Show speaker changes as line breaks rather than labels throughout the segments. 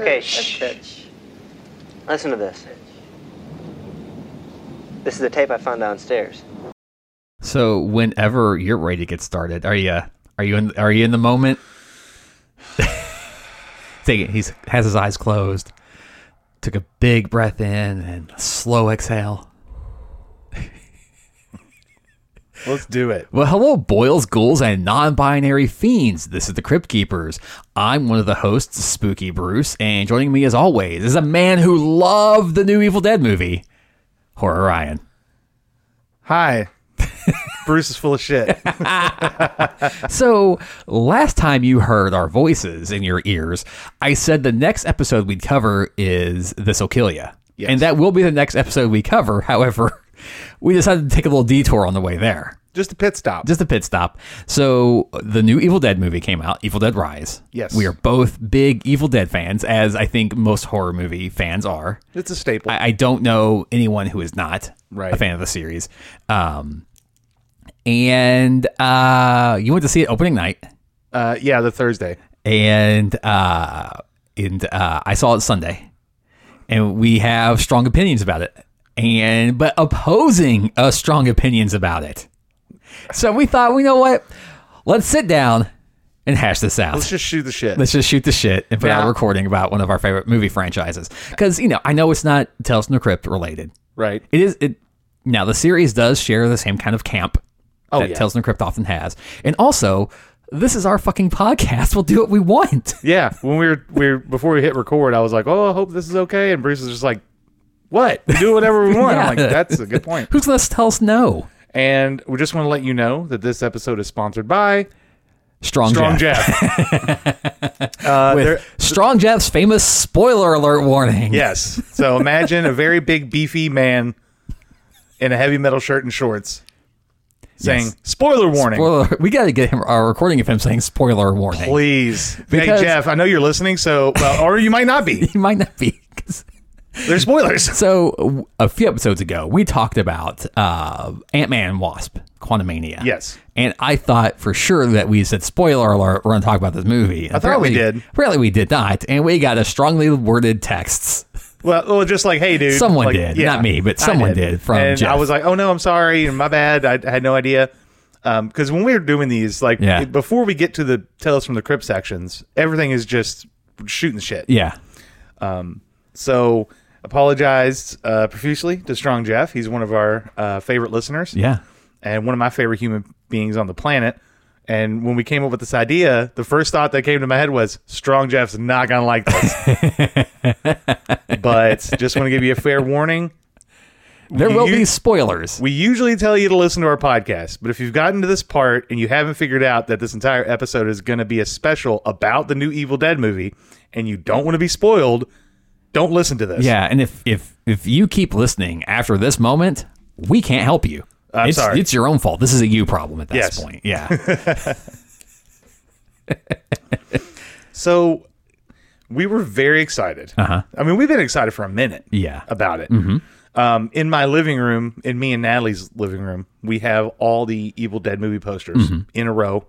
Okay, shh. Listen to this. This is the tape I found downstairs.
So whenever you're ready to get started, are you are you in are you in the moment? Take it. He's has his eyes closed. Took a big breath in and a slow exhale.
Let's do it.
Well, hello, boils, ghouls, and non-binary fiends. This is the Crypt Keepers. I'm one of the hosts, Spooky Bruce, and joining me as always is a man who loved the new Evil Dead movie, Horror Ryan.
Hi. Bruce is full of shit.
So, last time you heard our voices in your ears, I said the next episode we'd cover is This'll Kill Ya.
Yes.
And that will be the next episode we cover. However, we decided to take a little detour on the way there,
Just a pit stop.
just a pit stop. So, the new Evil Dead movie came out, Evil Dead Rise.
Yes.
We are both big Evil Dead fans, as I think most horror movie fans are.
it's a staple.
I, I don't know anyone who is not a
Right.
fan of the series. Um, and uh, you went to see it opening night
uh, yeah, the Thursday.
and uh, and uh, I saw it Sunday, and we have strong opinions about it, and but opposing uh, strong opinions about it. So we thought, we know what? Let's sit down and hash this out.
Let's just shoot the shit.
Let's just shoot the shit and put out a
Yeah.
recording about one of our favorite movie franchises. Because you know, I know it's not Tales from the Crypt related.
right.
It is it now the series does share the same kind of camp
Oh,
that
yeah.
Tales from the Crypt often has, and also. This is our fucking podcast. We'll do what we want.
Yeah. When we were, we were, before we hit record, I was like, oh, I hope this is okay. And Bruce was just like, what? We do whatever we want. I'm like,
Yeah.
that's a good point.
Who's going to tell us no?
And we just want to let you know that this episode is sponsored by
Strong,
Strong
Jeff.
Jeff. uh,
With
there-
Strong Jeff's famous spoiler alert warning.
yes. So imagine a very big, beefy man in a heavy metal shirt and shorts saying,
Yes.
spoiler warning.
Spoiler, we got to get him a recording of him saying spoiler warning.
Please.
Because-
hey, Jeff, I know you're listening, so, well, or you might not be.
He might not be. 'cause-
There's spoilers.
So, w- a few episodes ago, we talked about uh, Ant Man and Wasp, Quantumania.
Yes.
And I thought for sure that we said spoiler alert, we're going to talk about this movie. I
thought we did.
Apparently, we did not. And we got a strongly worded texts.
Well, well, just like, hey, dude.
Someone
like,
did. Not me, but someone did from
and
Jeff.
I was like, oh, no, I'm sorry. and My bad. I, I had no idea. Because when we were doing these, like,
Yeah.
before we get to the Tales from the Crypt sections, everything is just shooting shit.
Yeah.
So apologized uh, profusely to Strong Jeff. He's one of our uh, favorite listeners
Yeah.
and one of my favorite human beings on the planet. And when we came up with this idea, the first thought that came to my head was Strong Jeff's not going to like this. but just want to give you a fair warning.
There will
You-
be spoilers.
We usually tell you to listen to our podcast, but if you've gotten to this part and you haven't figured out that this entire episode is going to be a special about the new Evil Dead movie and you don't want to be spoiled, don't listen to this.
Yeah, and if if if you keep listening after this moment, we can't help you.
I'm
it's,
sorry.
It's your own fault. This is a you problem at this
Yes.
point. Yeah.
So we were very excited. Uh-huh. I mean, we've been excited for a minute.
Yeah.
About it. Um, in my living room, in me and Natalie's living room, we have all the Evil Dead movie posters in a row.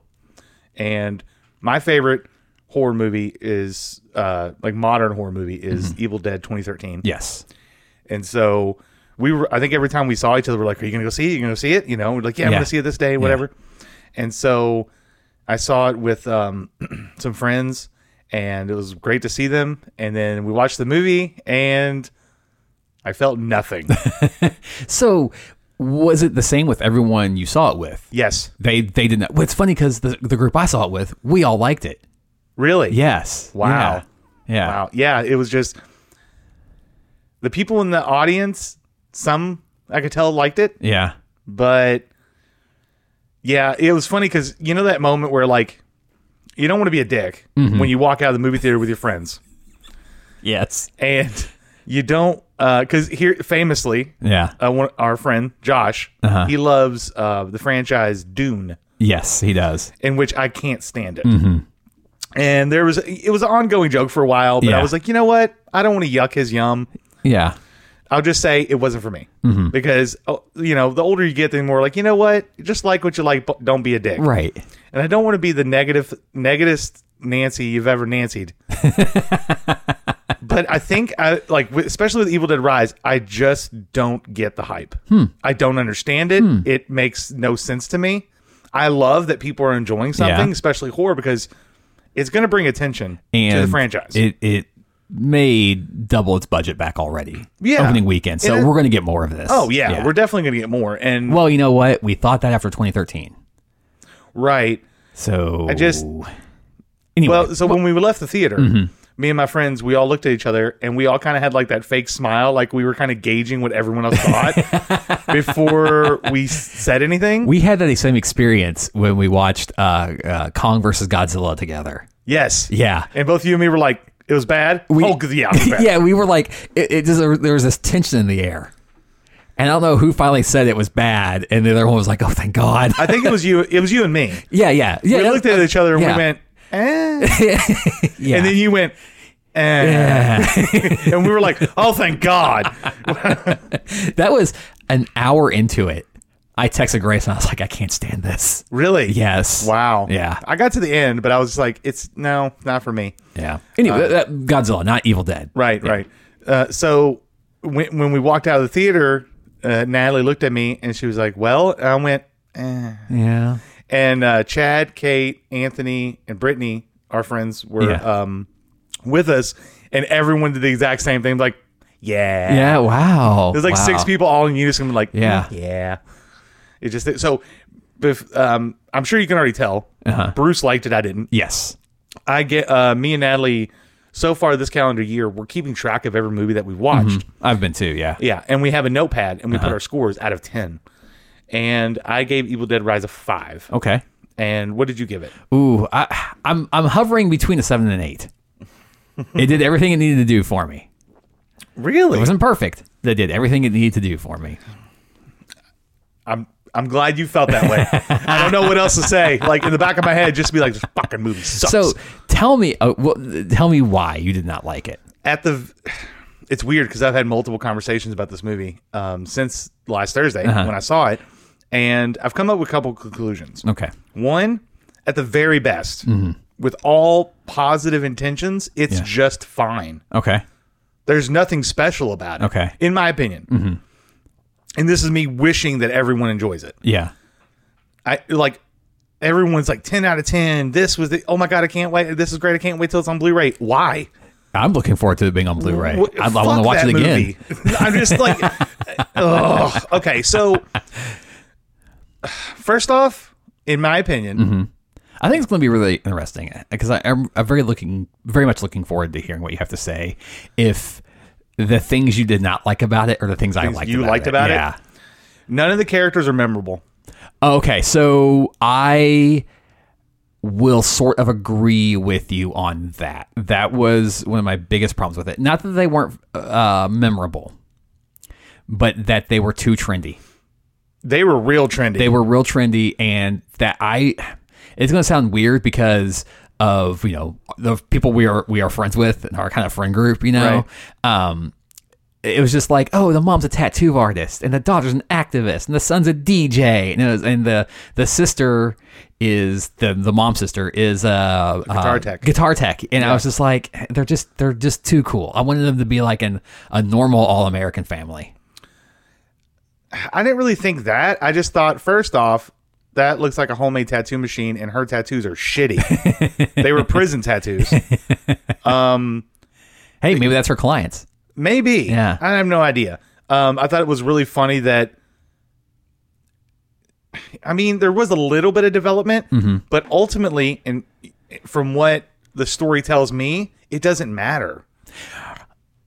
And my favorite horror movie is uh, like modern horror movie is Evil Dead 2013.
yes.
And so we were, I think every time we saw each other, we're like, are you going to go see it? You're going to go see it? You know, we're like, yeah, I'm
Yeah.
going to see it this day, whatever. And so I saw it with um, some friends and it was great to see them. And then we watched the movie and I felt nothing.
So was it the same with everyone you saw it with?
yes.
They they didn't. Well, it's funny because the the group I saw it with, we all liked it.
Really?
Yes.
Wow.
Yeah. Yeah.
Wow. Yeah. It was just the people in the audience, some I could tell liked it.
Yeah.
but yeah, it was funny because you know that moment where like you don't want to be a dick
Mm-hmm.
when you walk out of the movie theater with your friends,
Yes.
and you don't because here famously,
Yeah. Uh-huh.
uh, one, our friend Josh, he loves uh, the franchise Dune,
Yes, he does.
in which I can't stand it.
Mm-hmm.
And there was it was an ongoing joke for a while, but
Yeah.
I was like, you know what? I don't want to yuck his yum.
Yeah.
I'll just say it wasn't for me
Mm-hmm.
because oh, you know the older you get, the more like you know what, just like what you like, but don't be a dick.
Right.
And I don't want to be the negative, negativist Nancy you've ever Nancied. but I think I like, with- especially with Evil Dead Rise, I just don't get the hype.
Hmm.
I don't understand it. It makes no sense to me. I love that people are enjoying something,
Yeah.
especially horror, because it's going to bring attention
and
to the franchise.
It it made double its budget back already.
Yeah.
opening weekend. So
And it-
we're going to get more of this.
oh yeah, we're definitely going to get more. And
well, you know what? We thought that after 2013.
right,
So I
just-
anyway. Mm-hmm.
Well, so when we left the theater, me and my friends, we all looked at each other and we all kind of had like that fake smile, like we were kind of gauging what everyone else thought before we s- said anything.
we had that same experience when we watched uh, uh, Kong versus Godzilla together.
yes.
Yeah.
And both you and me were like, it was bad. oh, 'cause- yeah, it was bad.
yeah, we were like, it, it just, there was this tension in the air. And I don't know who finally said it was bad. And the other one was like, oh, thank God.
I think it was you. It was you and me.
yeah, yeah. yeah
We
that-
looked at each other and
yeah.
we went, eh.
yeah.
and then you went, eh. and we were like, oh, thank God.
that was an hour into it. I texted Grace and I was like, I can't stand this.
Really?
Yes.
Wow.
Yeah.
I got to the end, but I was like, it's no, not for me.
Yeah. Anyway, that, Godzilla, not Evil Dead.
Uh, Right, right. Uh, so when, when we walked out of the theater, uh, Natalie looked at me and she was like, "Well," and I went, eh.
Yeah.
and uh, Chad, Kate, Anthony, and Brittany, our friends, were
Yeah.
um, with us, and everyone did the exact same thing. Like, yeah,
Yeah. Wow.
There's like
Wow.
six people all in unison. Like,
Yeah.
"Mm, yeah. It just so. Bef- um, I'm sure you can already tell.
Uh-huh.
Bruce liked it. I didn't.
Yes.
I get uh, me and Natalie. So far this calendar year, we're keeping track of every movie that we've watched.
I've been too. Yeah.
Yeah, and we have a notepad and we
Uh-huh.
put our scores out of 10. And I gave Evil Dead Rise a 5.
Okay.
And what did you give it?
Ooh, I, I'm I'm hovering between a seven and eight. it did everything it needed to do for me.
Really?
It wasn't perfect. They did everything it needed to do for me.
I'm I'm glad you felt that way. I don't know what else to say. Like in the back of my head just be like this fucking movie sucks.
So tell me, uh, well, tell me why you did not like it.
at the it's weird because I've had multiple conversations about this movie um, since last Thursday
Uh-huh.
when I saw it and I've come up with a couple conclusions.
Okay.
One, at the very best, with all positive intentions, it's
Mm-hmm. Yeah.
just fine.
Okay.
There's nothing special about it.
Okay. Mm-hmm.
In my opinion. And this is me wishing that everyone enjoys it.
Yeah.
I like everyone's like 10 out of 10. This was the oh my god, I can't wait. This is great. I can't wait till it's on Blu-ray. Why?
I'm looking forward to it being on Blu-ray.
What-
I, I want
fuck
to watch
that
it again.
movie. I'm just like ugh. okay, so first off, in my opinion,
Mm-hmm. I think it's going to be really interesting because I, I'm, I'm very looking, very much looking forward to hearing what you have to say. If the things you did not like about it, or the things, I liked,
you
about
liked
it.
about it?
yeah.
none of the characters are memorable.
Oh, Okay, so I will sort of agree with you on that. That was one of my biggest problems with it. Not that they weren't uh, memorable, but that they were too trendy.
They were real trendy.
They were real trendy, and that I. It's going to sound weird because of you know the people we are we are friends with and our kind of friend group. You know, um, it was just like, oh, the mom's a tattoo artist, and the daughter's an activist, and the son's a DJ, and, it was, and the the sister is the the mom sister is uh, guitar
tech.
guitar tech, and I was just like, they're just they're just too cool. I wanted them to be like an a normal all American family.
I didn't really think that. I just thought, first off, that looks like a homemade tattoo machine, and her tattoos are shitty. they were prison tattoos.
Hey, maybe that's her clients.
Maybe.
Yeah.
I have no idea. Um, I thought it was really funny that. I mean, there was a little bit of development, but ultimately, and from what the story tells me, it doesn't matter.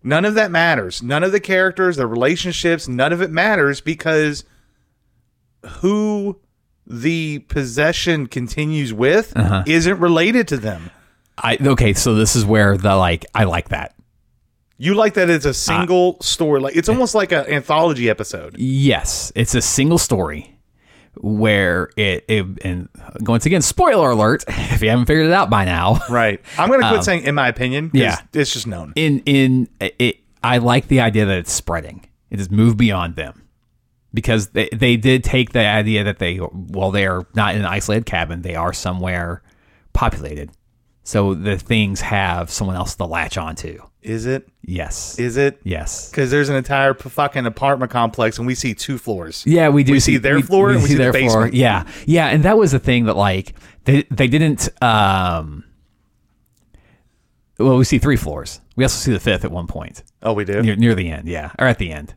None of that matters. None of the characters, the relationships, none of it matters because who the possession continues with isn't related to them.
I okay, so this is where the like I like that.
You like that it's a single story, like it's almost like an anthology episode.
Yes, it's a single story where it, it and once again spoiler alert if you haven't figured it out by now.
Right. I'm going to quit saying in my opinion. 'cause
Um, yeah.
It's just known.
In in it I like the idea that it's spreading. It has moved beyond them. Because they, they did take the idea that they well they are not in an isolated cabin, they are somewhere populated. So the things have someone else to latch onto.
Is it?
Yes.
Is it?
yes.
Because there's an entire p- fucking apartment complex, and we see two floors.
Yeah, we do
We see their floor and we see the basement.
Yeah, yeah, and that was the thing that like they they didn't. um Well, we see three floors. We also see the fifth at one point
Oh, we do.
near, near the end. Yeah, or at the end.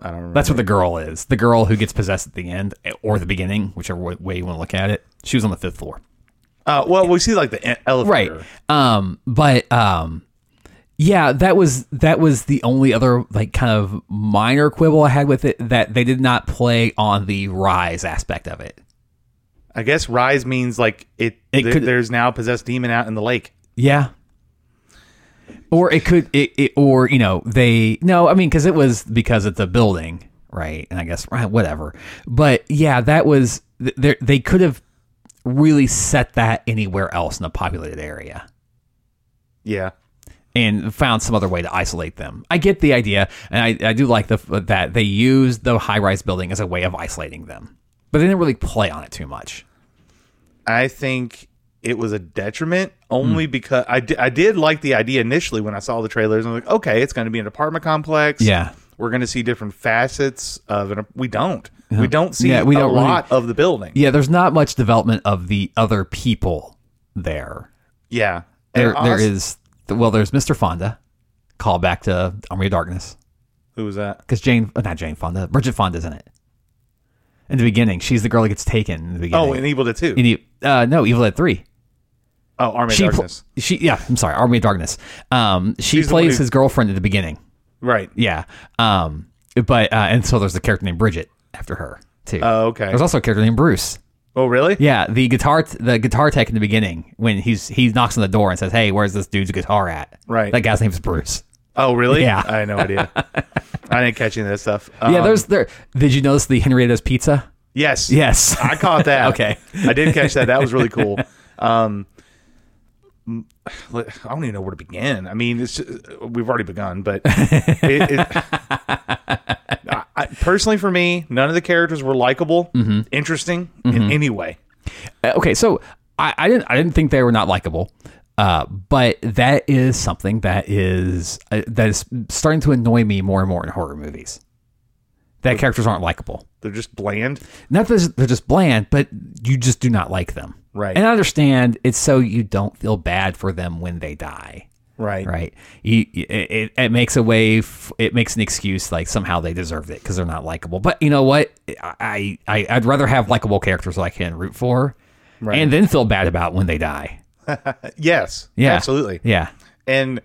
I don't remember.
That's where the girl is. The girl who gets possessed at the end or the beginning, whichever wa- way you want to look at it. She was on the fifth floor.
Uh, well, we see like the e- elevator.
right um but um yeah that was that was the only other like kind of minor quibble i had with it that they did not play on the rise aspect of it
I guess rise means like it.
It
th-
could-
there's now a possessed demon out in the lake.
yeah or it could it, it or you know they no i mean because it was because it's a building right and i guess right whatever but yeah that was th- there- they could have really set that anywhere else in a populated area
Yeah.
and found some other way to isolate them. I get the idea, and I, I do like the that they used the high rise building as a way of isolating them, but they didn't really play on it too much.
I think it was a detriment only
Hmm.
because I di- I did like the idea initially when I saw the trailers. I'm like, okay, it's going to be an apartment complex.
Yeah.
We're going to see different facets of an. We don't. We don't see
Uh-huh. Yeah, we don't
a
really-
lot of the building.
Yeah, there's not much development of the other people there.
Yeah. And
There, there
also-
is well, there's Mr. Fonda, call back to Army of Darkness
Who was that?
because Jane, uh, not Jane Fonda, Bridget Fonda's in it. In the beginning, she's the girl that gets taken. In the beginning,
Oh, in Evil Dead 2.
In E- uh, no, Evil Dead Three.
oh, Army of
she pl-
Darkness.
she yeah i'm sorry army of darkness um she
She's the one
plays
who-
his girlfriend at the beginning
right.
yeah um but uh and so there's a character named bridget after her too
Oh, okay.
there's also a character named bruce
Oh, really?
yeah the guitar the guitar tech in the beginning when he's he knocks on the door and says hey where's this dude's guitar at
Right.
that guy's name is bruce
Oh, really?
Yeah.
I had no idea. I didn't catch any of that stuff.
yeah
Um,
there's there did you notice the henrietta's pizza
Yes.
yes
I caught that.
Okay.
I did catch that. That was really cool. Um, m- I don't even know where to begin. I mean, it's we've already begun, but it, it, I, I- personally, for me, none of the characters were likable,
Mm-hmm.
interesting in any way.
Uh, okay so I, I didn't i didn't think they were not likable uh, but that is something that is uh, that is starting to annoy me more and more in horror movies that characters aren't likable
They're just bland.
not that they're just bland but you just do not like them
Right.
and i understand it's so you don't feel bad for them when they die
Right.
right you, it, it- it makes a way f- it makes an excuse like somehow they deserved it because they're not likable but you know what I, I i'd rather have likable characters that i can root for and then feel bad about when they die
Yes.
yeah
Absolutely.
yeah
And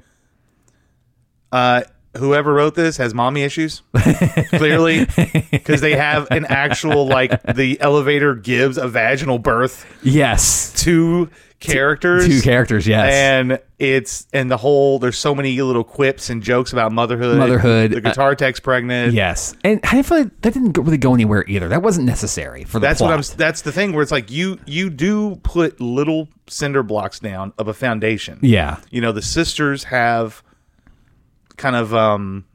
uh, whoever wrote this has mommy issues, clearly, because they have an actual like the elevator gives a vaginal birth.
yes
two characters.
two characters yes
And it's and the whole there's so many little quips and jokes about motherhood.
Motherhood, uh,
The guitar tech's pregnant.
yes and i feel like that didn't go- really go anywhere either that wasn't necessary for the
That's
plot.
what I'm that's the thing where it's like you you do put little cinder blocks down of a foundation.
yeah
You know, the sisters have kind of um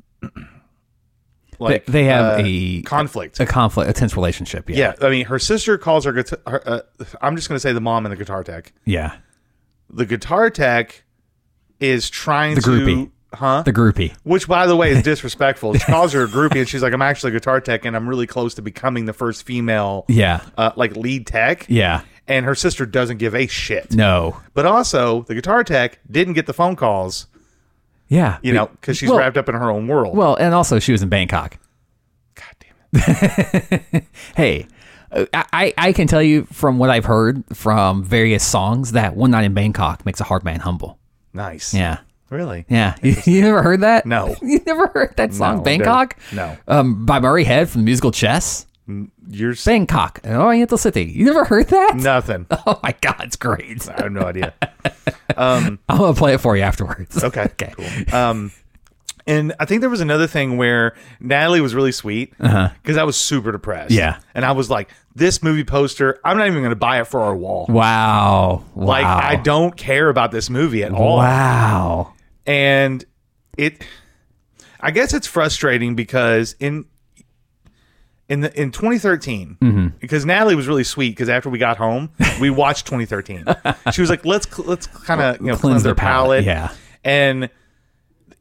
like
they have
uh,
a-
conflict.
a conflict a tense relationship yeah
yeah, I mean, her sister calls her guitar. Her, uh, I'm just going to say the mom and the guitar tech.
yeah
The guitar tech is trying
The
to,
groupie.
huh?
the groupie
Which, by the way, is disrespectful. She calls her a groupie, and she's like, "I'm actually a guitar tech, and I'm really close to becoming the first female,
yeah
uh, like lead tech."
yeah
And her sister doesn't give a shit.
no
But also, the guitar tech didn't get the phone calls,
yeah
you know, because she's
Well-
wrapped up in her own world.
well and also she was in bangkok
God damn it!
hey uh, I, I can tell you from what I've heard from various songs that one night in Bangkok makes a hard man humble.
Nice.
Yeah.
Really?
Yeah. You, you never heard that?
No.
You never heard that song,
No,
Bangkok?
no.
Um, by Murray Head from the musical Chess?
You're saying
Bangkok, an oriental city. You never heard that?
nothing.
Oh my God, it's great.
I have no idea.
I'm going to play it for you afterwards.
Okay.
okay.
Um, and I think there was another thing where Natalie was really sweet because I was super depressed.
Uh-huh. Yeah.
And I was like, this movie poster, I'm not even going to buy it for our wall.
Wow. Wow.
Like I don't care about this movie at all.
Wow.
And it I guess it's frustrating because in in the, in 2013
Mm-hmm.
because Natalie was really sweet because after we got home we watched 2013. she was like, let's cl- let's kind of you know cleanse, their palate.
yeah.
and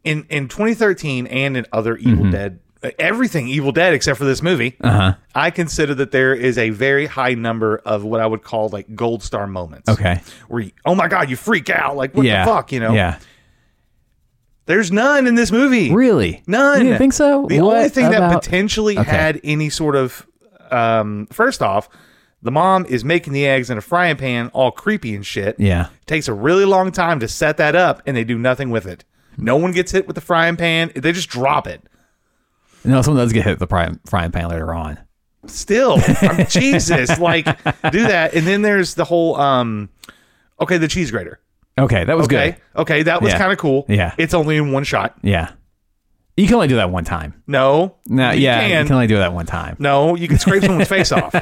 in in 2013 and in other Evil
Mm-hmm.
Dead. Everything Evil Dead except for this movie, uh-huh. I consider that there is a very high number of what I would call like gold star moments.
Okay.
where you, oh my god, you freak out like what
yeah.
the fuck, you know?
Yeah.
There's none in this movie.
Really?
None.
You think so?
The
What
only thing that
about-
potentially had any sort of um first off, the mom is making the eggs in a frying pan all creepy and shit.
Yeah.
Takes a really long time to set that up and they do nothing with it. No one gets hit with the frying pan. They just drop it.
No, someone does get hit with the frying, frying pan later on.
Still, I'm- Jesus, like do that. And then there's the whole um okay, the cheese grater.
Okay, that was
Okay.
good.
Okay, that was
Yeah.
kind of cool.
Yeah.
It's only in one shot.
Yeah. You can only do that one time.
No.
No,
You
yeah,
can.
you can only do that one time.
No, you can scrape someone's face off.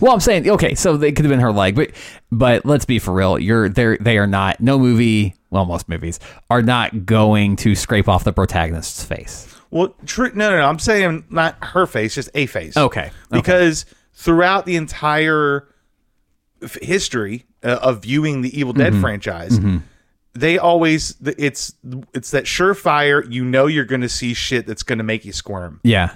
Well, I'm saying okay, so they could have been her leg, but but let's be for real. You're they they are not. No movie, well, most movies are not going to scrape off the protagonist's face.
Well, true. No, no, no. I'm saying not her face, just a face.
Okay, okay.
Because throughout the entire f- history uh, of viewing the Evil
Mm-hmm.
Dead franchise, they always th- it's it's that surefire. You know, you're going to see shit that's going to make you squirm.
Yeah,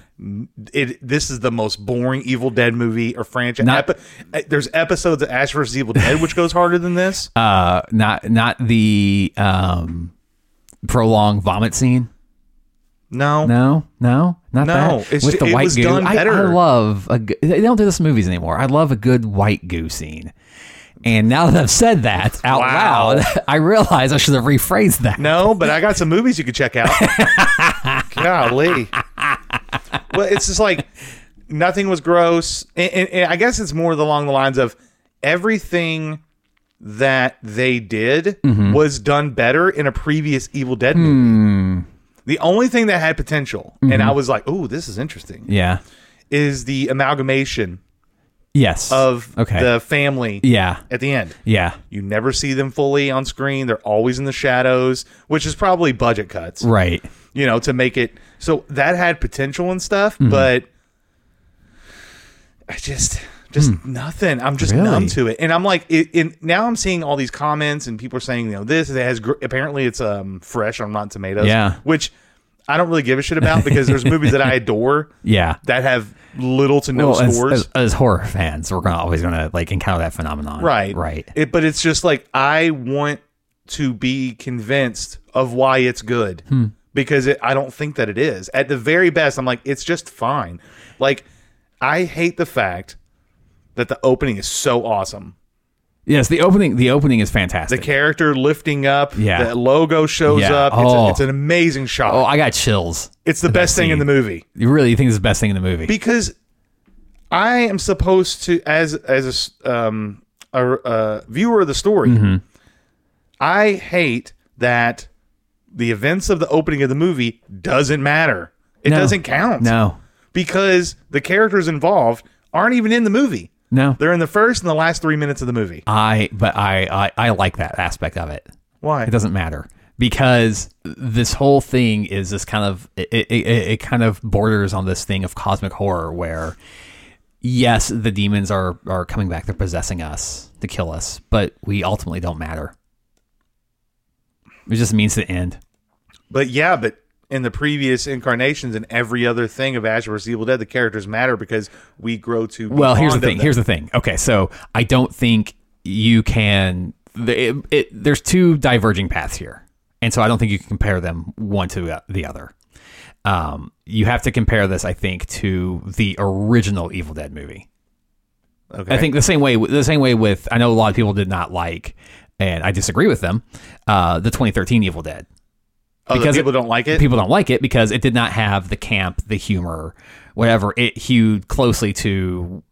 It this is the most boring Evil Dead movie or franchise.
Not-
Epi- uh, there's episodes of Ash vs Evil Dead which goes harder than this.
uh, not not the um prolonged vomit scene.
no,
No, no, not
No,
that.
it's
With
ju-
the
it
white
was
goo,
done
I,
better.
I love a. g- They don't do this in movies anymore. I love a good white goo scene. And now that I've said that out
Wow.
loud, I realize I should have rephrased that.
No, but I got some movies you could check out. Golly. Well, it's just like nothing was gross. And, and- and I guess it's more along the lines of everything that they did was done better in a previous Evil Dead movie. The only thing that had potential, and I was like, oh, this is interesting,
Yeah.
is the amalgamation
Yes.
of
okay.
the family
yeah.
at the end.
Yeah.
You never see them fully on screen. They're always in the shadows, which is probably budget cuts
Right.
you know, to make it so that had potential and stuff,
Mm-hmm.
but I just just nothing. I'm just numb
Hmm. Really?
to it, and I'm like, it, it, now I'm seeing all these comments and people are saying, you know, this it has gr- apparently it's um fresh on Rotten Tomatoes,
Yeah.
which I don't really give a shit about because there's movies that I adore
Yeah.
that have little to no
Well, as,
scores,
as, as horror fans, we're gonna always gonna like encounter that phenomenon.
right,
Right.
It, but it's just like I want to be convinced of why it's good
Hmm.
because it, I don't think that it is. At the very best, I'm like, it's just fine. Like, I hate the fact that the opening is so awesome.
Yes. The opening. The opening is
The
fantastic.
character lifting up,
Yeah.
the logo shows
Yeah.
up. It's,
Oh.
a, it's an amazing shot.
oh, I got chills.
it's the best thing in the movie
You really think this is the best thing in the movie?
because I am supposed to, as as a s- um, a, a viewer of the story,
Mm-hmm.
I hate that the events of the opening of the movie doesn't matter. It
No.
doesn't count
no.
because the characters involved aren't even in the movie.
No.
They're in the first and the last three minutes of the movie.
I. But I. I, I like that aspect of it.
Why?
It doesn't matter because this whole thing is this kind of it, it, it, it kind of borders on this thing of cosmic horror where yes the demons are are coming back they're possessing us to kill us but we ultimately don't matter it just means the end
But yeah, but in the previous incarnations and every other thing of Ash vs. Evil Dead, the characters matter because we grow to. Be
well here's the
fond of
thing
them.
here's the thing okay so i don't think you can the- it, it, there's two diverging paths here and so i don't think you can compare them one to the other um, you have to compare this i think to the original evil dead movie
okay.
I think the same way the same way with I know a lot of people did not like and I disagree with them uh, the 2013 Evil Dead.
Oh, the
because it-
people don't like it.
People don't like it because it did not have the camp, the humor, whatever. It hewed closely to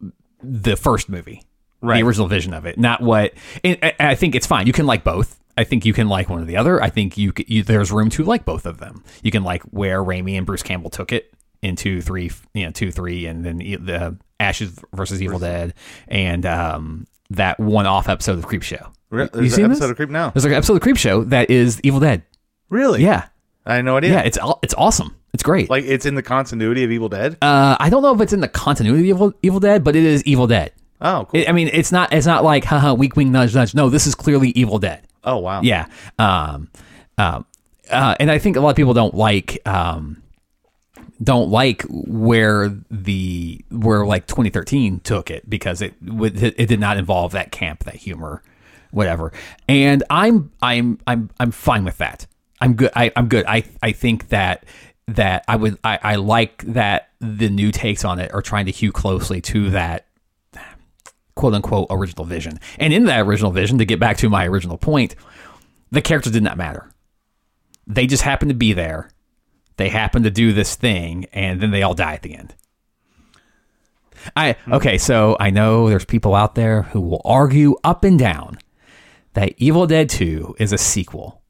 the first movie.
Right.
The original vision of it, not what. And I- I think it's fine. You can like both. I think you can like one or the other. I think you, c- you there's room to like both of them. You can like where Raimi and Bruce Campbell took it in two, three, you know, two, three, and then e- the Ashes versus Evil Dead, and um, that one-off episode of Creep Show.
Re-
you
There's
seen
an
this?
episode of Creep now.
There's like an episode of Creep Show that is Evil Dead.
Really?
Yeah,
I had no idea.
yeah, it's it's awesome. It's great.
Like it's in the continuity of Evil Dead.
uh, I don't know if it's in the continuity of Evil, Evil Dead, but it is Evil Dead.
oh, cool.
It, I mean, it's not it's not like haha weak wing nudge nudge. No, this is clearly Evil Dead.
oh, wow.
Yeah. Um, um, uh, and I think a lot of people don't like um, don't like where the where like 2013 took it because it would- it did not involve that camp, that humor, whatever. And I'm I'm I'm I'm fine with that. I'm good. I, I'm good. I I think that that I would I, I like that the new takes on it are trying to hew closely to that quote unquote original vision. And in that original vision, to get back to my original point, the characters did not matter. They just happened to be there. They happened to do this thing, and then they all die at the end. I okay, so I know there's people out there who will argue up and down that Evil Dead 2 is a sequel.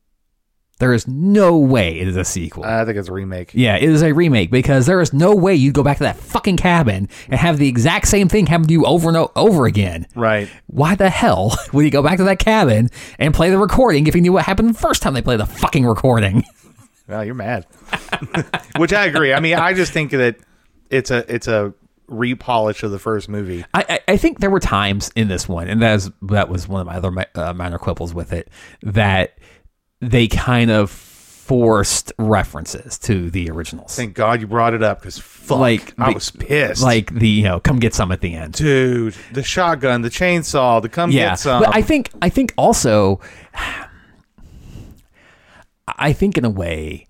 There is no way it is a sequel.
I think it's a remake.
Yeah, it is a remake because there is no way you'd go back to that fucking cabin and have the exact same thing happen to you over and o- over again.
Right.
Why the hell would you go back to that cabin and play the recording if you knew what happened the first time they played the fucking recording?
Well, you're mad. Which I agree. I mean, I just think that it's a it's a repolish of the first movie.
I, I, I think there were times in this one, and that, is, that was one of my other mi- uh, minor quibbles with it, that they kind of forced references to the originals.
Thank God you brought it up because fuck,
Like,
I
be-
was pissed.
Like the, you know, come get some at the end.
dude, the shotgun, the chainsaw, the come
yeah
get some.
but i think i think also i think in a way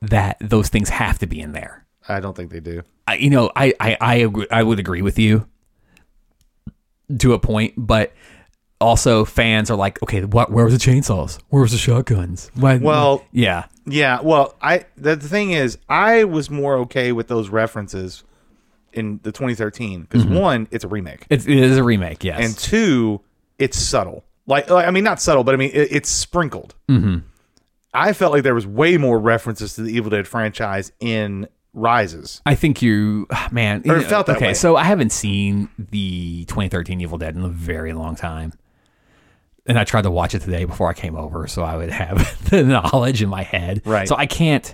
that those things have to be in there
I don't think they do.
I, you know I, I i agree, i would agree with you to a point but also fans are like okay what where was the chainsaws where was the shotguns Why-
Well-
yeah
Yeah, well, I the, the thing is, I was more okay with those references in the 2013 because
Mm-hmm.
one, it's a remake,
it, it is a remake yes
and two, it's subtle. Like, like, I mean, not subtle, but I mean, it, it's sprinkled. Mm-hmm. I felt like there was way more references to the Evil Dead franchise in Rises.
I think you, ah, man. you
it felt that
okay,
way.
so I haven't seen the 2013 Evil Dead in a very long time, and I tried to watch it today before I came over, so I would have the knowledge in my head.
Right.
So I can't.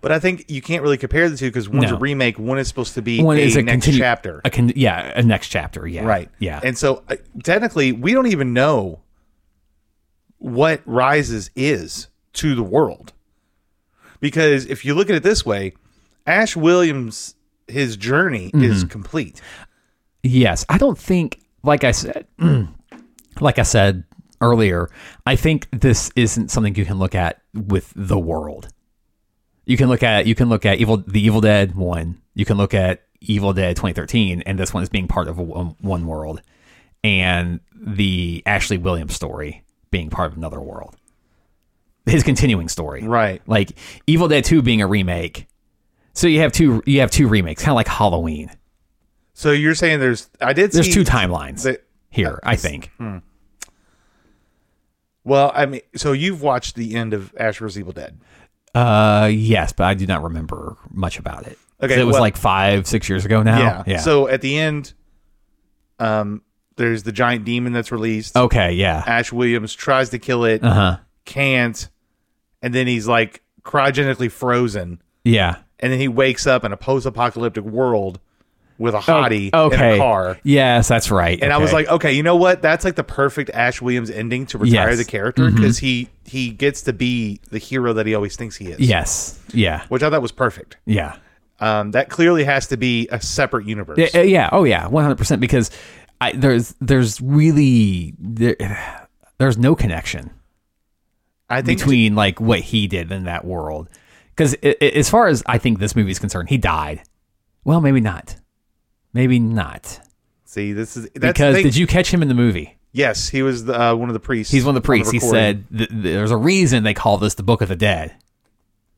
But I think you can't really compare the two because one's
No.
a remake, one is supposed to be
One
a
is a
next
continu-
chapter.
A con- yeah, a next chapter. Yeah.
Right.
Yeah.
And so uh, technically, we don't even know what Rises is to the world. Because if you look at it this way, Ash Williams, his journey is
Mm-hmm.
complete.
Yes, I don't think like I said like I said earlier, I think this isn't something you can look at with the world. You can look at you can look at Evil the Evil Dead one. You can look at Evil Dead 2013 and this one is being part of a, one one world and the Ashley Williams story being part of another world. His continuing story.
Right.
Like Evil Dead 2 being a remake. So you have two you have two remakes, kind of like Halloween.
So you're saying there's, I did
There's
see.
two timelines
the-
here, I think.
Well, I mean, so you've watched the end of Ash vs. Evil Dead.
Uh, yes, but I do not remember much about it. 'Cause
Okay,
it was
well-
like five, six years ago now.
yeah.
Oh, yeah.
So at the end, um, there's the giant demon that's released.
okay, yeah,
Ash Williams tries to kill it,
Oh. Uh-huh.
can't, and then he's like cryogenically frozen,
yeah.
and then he wakes up in a post-apocalyptic world with a hottie
Oh, okay.
in a car.
Yes, that's right.
And I was
Okay.
like, okay, you know what? That's like the perfect Ash Williams ending to
Yes.
retire
Mm-hmm.
the character because he he gets to be the hero that he always thinks he is.
yes, yeah,
which I thought was perfect.
yeah,
Um, that clearly has to be a separate universe.
yeah, yeah. Oh yeah, one hundred percent. Because I there's there's really there, there's no connection
I think
between like what he did in that world. Because as far as I think this movie is concerned, he died. Well, maybe not. Maybe not.
See, this is that's the
Because
thing.
did you catch him in the movie?
yes, he was the, uh, one of the priests.
He's one of the priests. he
recording.
said th- th- there's a reason they call this the Book of the Dead.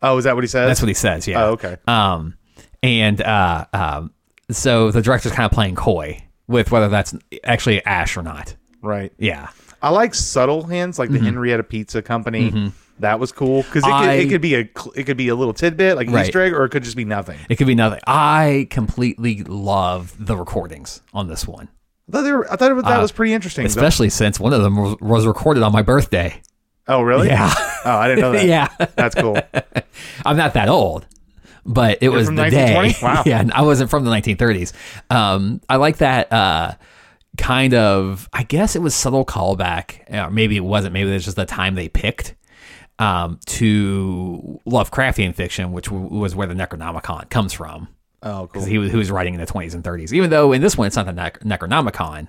"Oh, is that what he said?"
That's what he says. Yeah.
Oh, okay.
Um, and uh, um, so the director's kind of playing coy with whether that's actually Ash or not.
right.
Yeah.
I like subtle hints,
Mm-hmm.
like the Henrietta Pizza Company. That was cool because it, could
I-
it could be a cl- it could be a little tidbit, like an
Right.
Easter egg, or it could just be nothing.
It could be nothing. I completely love the recordings on this one,
I thought, they were, I
Uh,
thought it was- that was pretty interesting. though.
especially since one of them was- was recorded on my birthday.
oh, really?
Yeah.
Oh, I didn't know that.
Yeah.
That's cool.
I'm not that old, but it was
from
the
1920?
day.
Wow.
Yeah, and I wasn't from the 1930s. Um, I like that uh, kind of. I guess it was subtle callback, or maybe it wasn't. Maybe it's just the time they picked um, to Lovecraftian fiction, which w- was where the Necronomicon comes from.
Oh, cool.
He was, he was writing in the 20s and 30s. Even though in this one it's not the Nec- Necronomicon,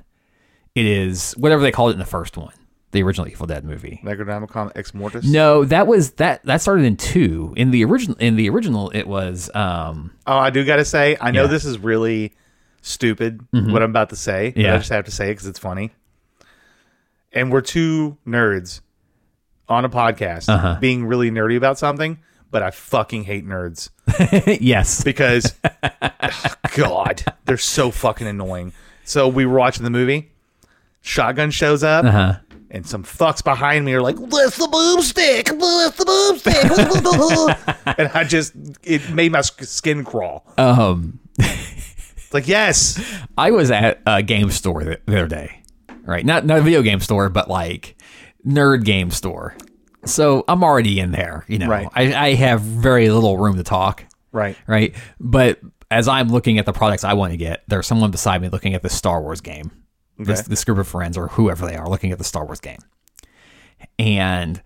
it is whatever they called it in the first one, the original Evil Dead movie.
Necronomicon Ex Mortis?
No, that was that that started in two. In the original, in the original, it was um
Oh, I do got to say, I know
Yeah. Mm-hmm.
this is really stupid what I'm about to say. But I
Yeah.
just have to say it because it's funny. And we're two nerds on a podcast
Uh-huh.
being really nerdy about something, but I fucking hate nerds
yes,
because, God, they're so fucking annoying. So we were watching the movie. Shotgun shows up,
Uh-huh.
and some fucks behind me are like, "That's the boomstick! That's the boomstick!" and I just, it made my sk- skin crawl.
um
It's like, yes,
I was at a game store the, the other day, right? Not not a video game store, but like nerd game store. So I'm already in there, you know.
Right.
I, I have very little room to talk,
right.
right? But as I'm looking at the products I want to get, there's someone beside me looking at this Star Wars game. This,
Okay.
this group of friends or whoever they are looking at the Star Wars game. And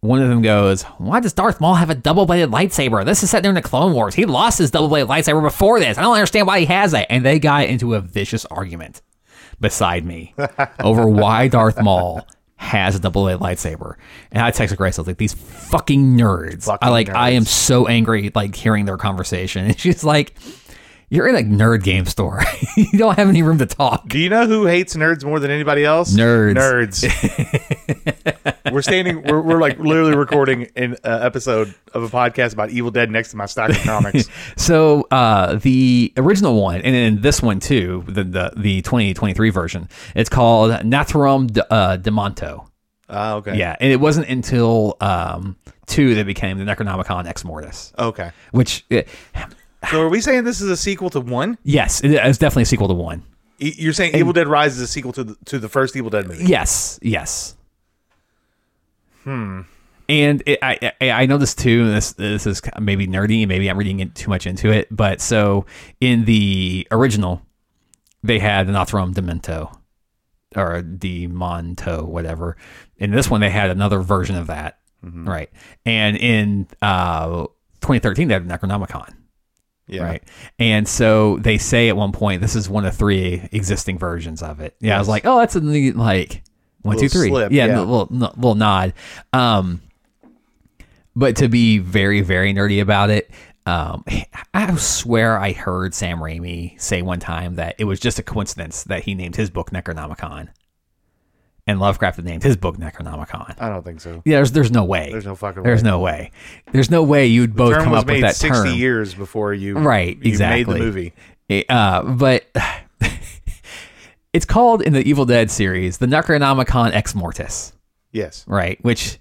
one of them goes, Why does Darth Maul have a double bladed lightsaber? This is set during the Clone Wars. He lost his double bladed lightsaber before this. I don't understand why he has that. And they got into a vicious argument beside me over why Darth Maul has a double bladed lightsaber. And I texted Grace, I was like, These fucking nerds.
Fucking
I like I am
nerds.
so angry like hearing their conversation. And she's like, You're in a nerd game store. you don't have any room to talk.
Do you know who hates nerds more than anybody else?
Nerds.
Nerds. we're standing. We're, we're like literally recording an uh, episode of a podcast about Evil Dead next to my stock of comics.
So uh, the original one, and then this one too, the the, the 2023 version, it's called Naturum de, uh, Demonto.
Ah, okay.
Yeah, and it wasn't until um, two that became the Necronomicon Ex Mortis,
Okay.
which eh,
So are we saying this is a sequel to one?
yes, it is definitely a sequel to one.
Y- You're saying Evil Dead Rise is a sequel to the, to the first Evil Dead movie?
Yes, yes. Hmm. And it, I, I I know this too. And this this is maybe nerdy, and maybe I'm reading it too much into it. But so in the original, they had an Othrom Demento or Demonto, whatever. In this one, they had another version of that, right? And in uh, 2013, they had Necronomicon.
Yeah.
Right. And so they say at one point, this is one of three existing versions of it. Yeah. I was
Yes.
like, oh, that's a neat, like, one, two,
Little
three.
slip,
yeah.
yeah.
A little, n- little nod. Um, but to be very, very nerdy about it, um, I swear I heard Sam Raimi say one time that it was just a coincidence that he named his book Necronomicon and Lovecraft had named his book Necronomicon.
I don't think so.
Yeah, there's, there's no way.
Uh, There's no fucking
There's
way.
no way. There's no way you'd both
term
come
was
up with
made
that
60
term.
years before you,
Right,
you made
exactly.
the movie.
Eh, Uh, but it's called in the Evil Dead series the Necronomicon Ex Mortis,
Yes.
right? Which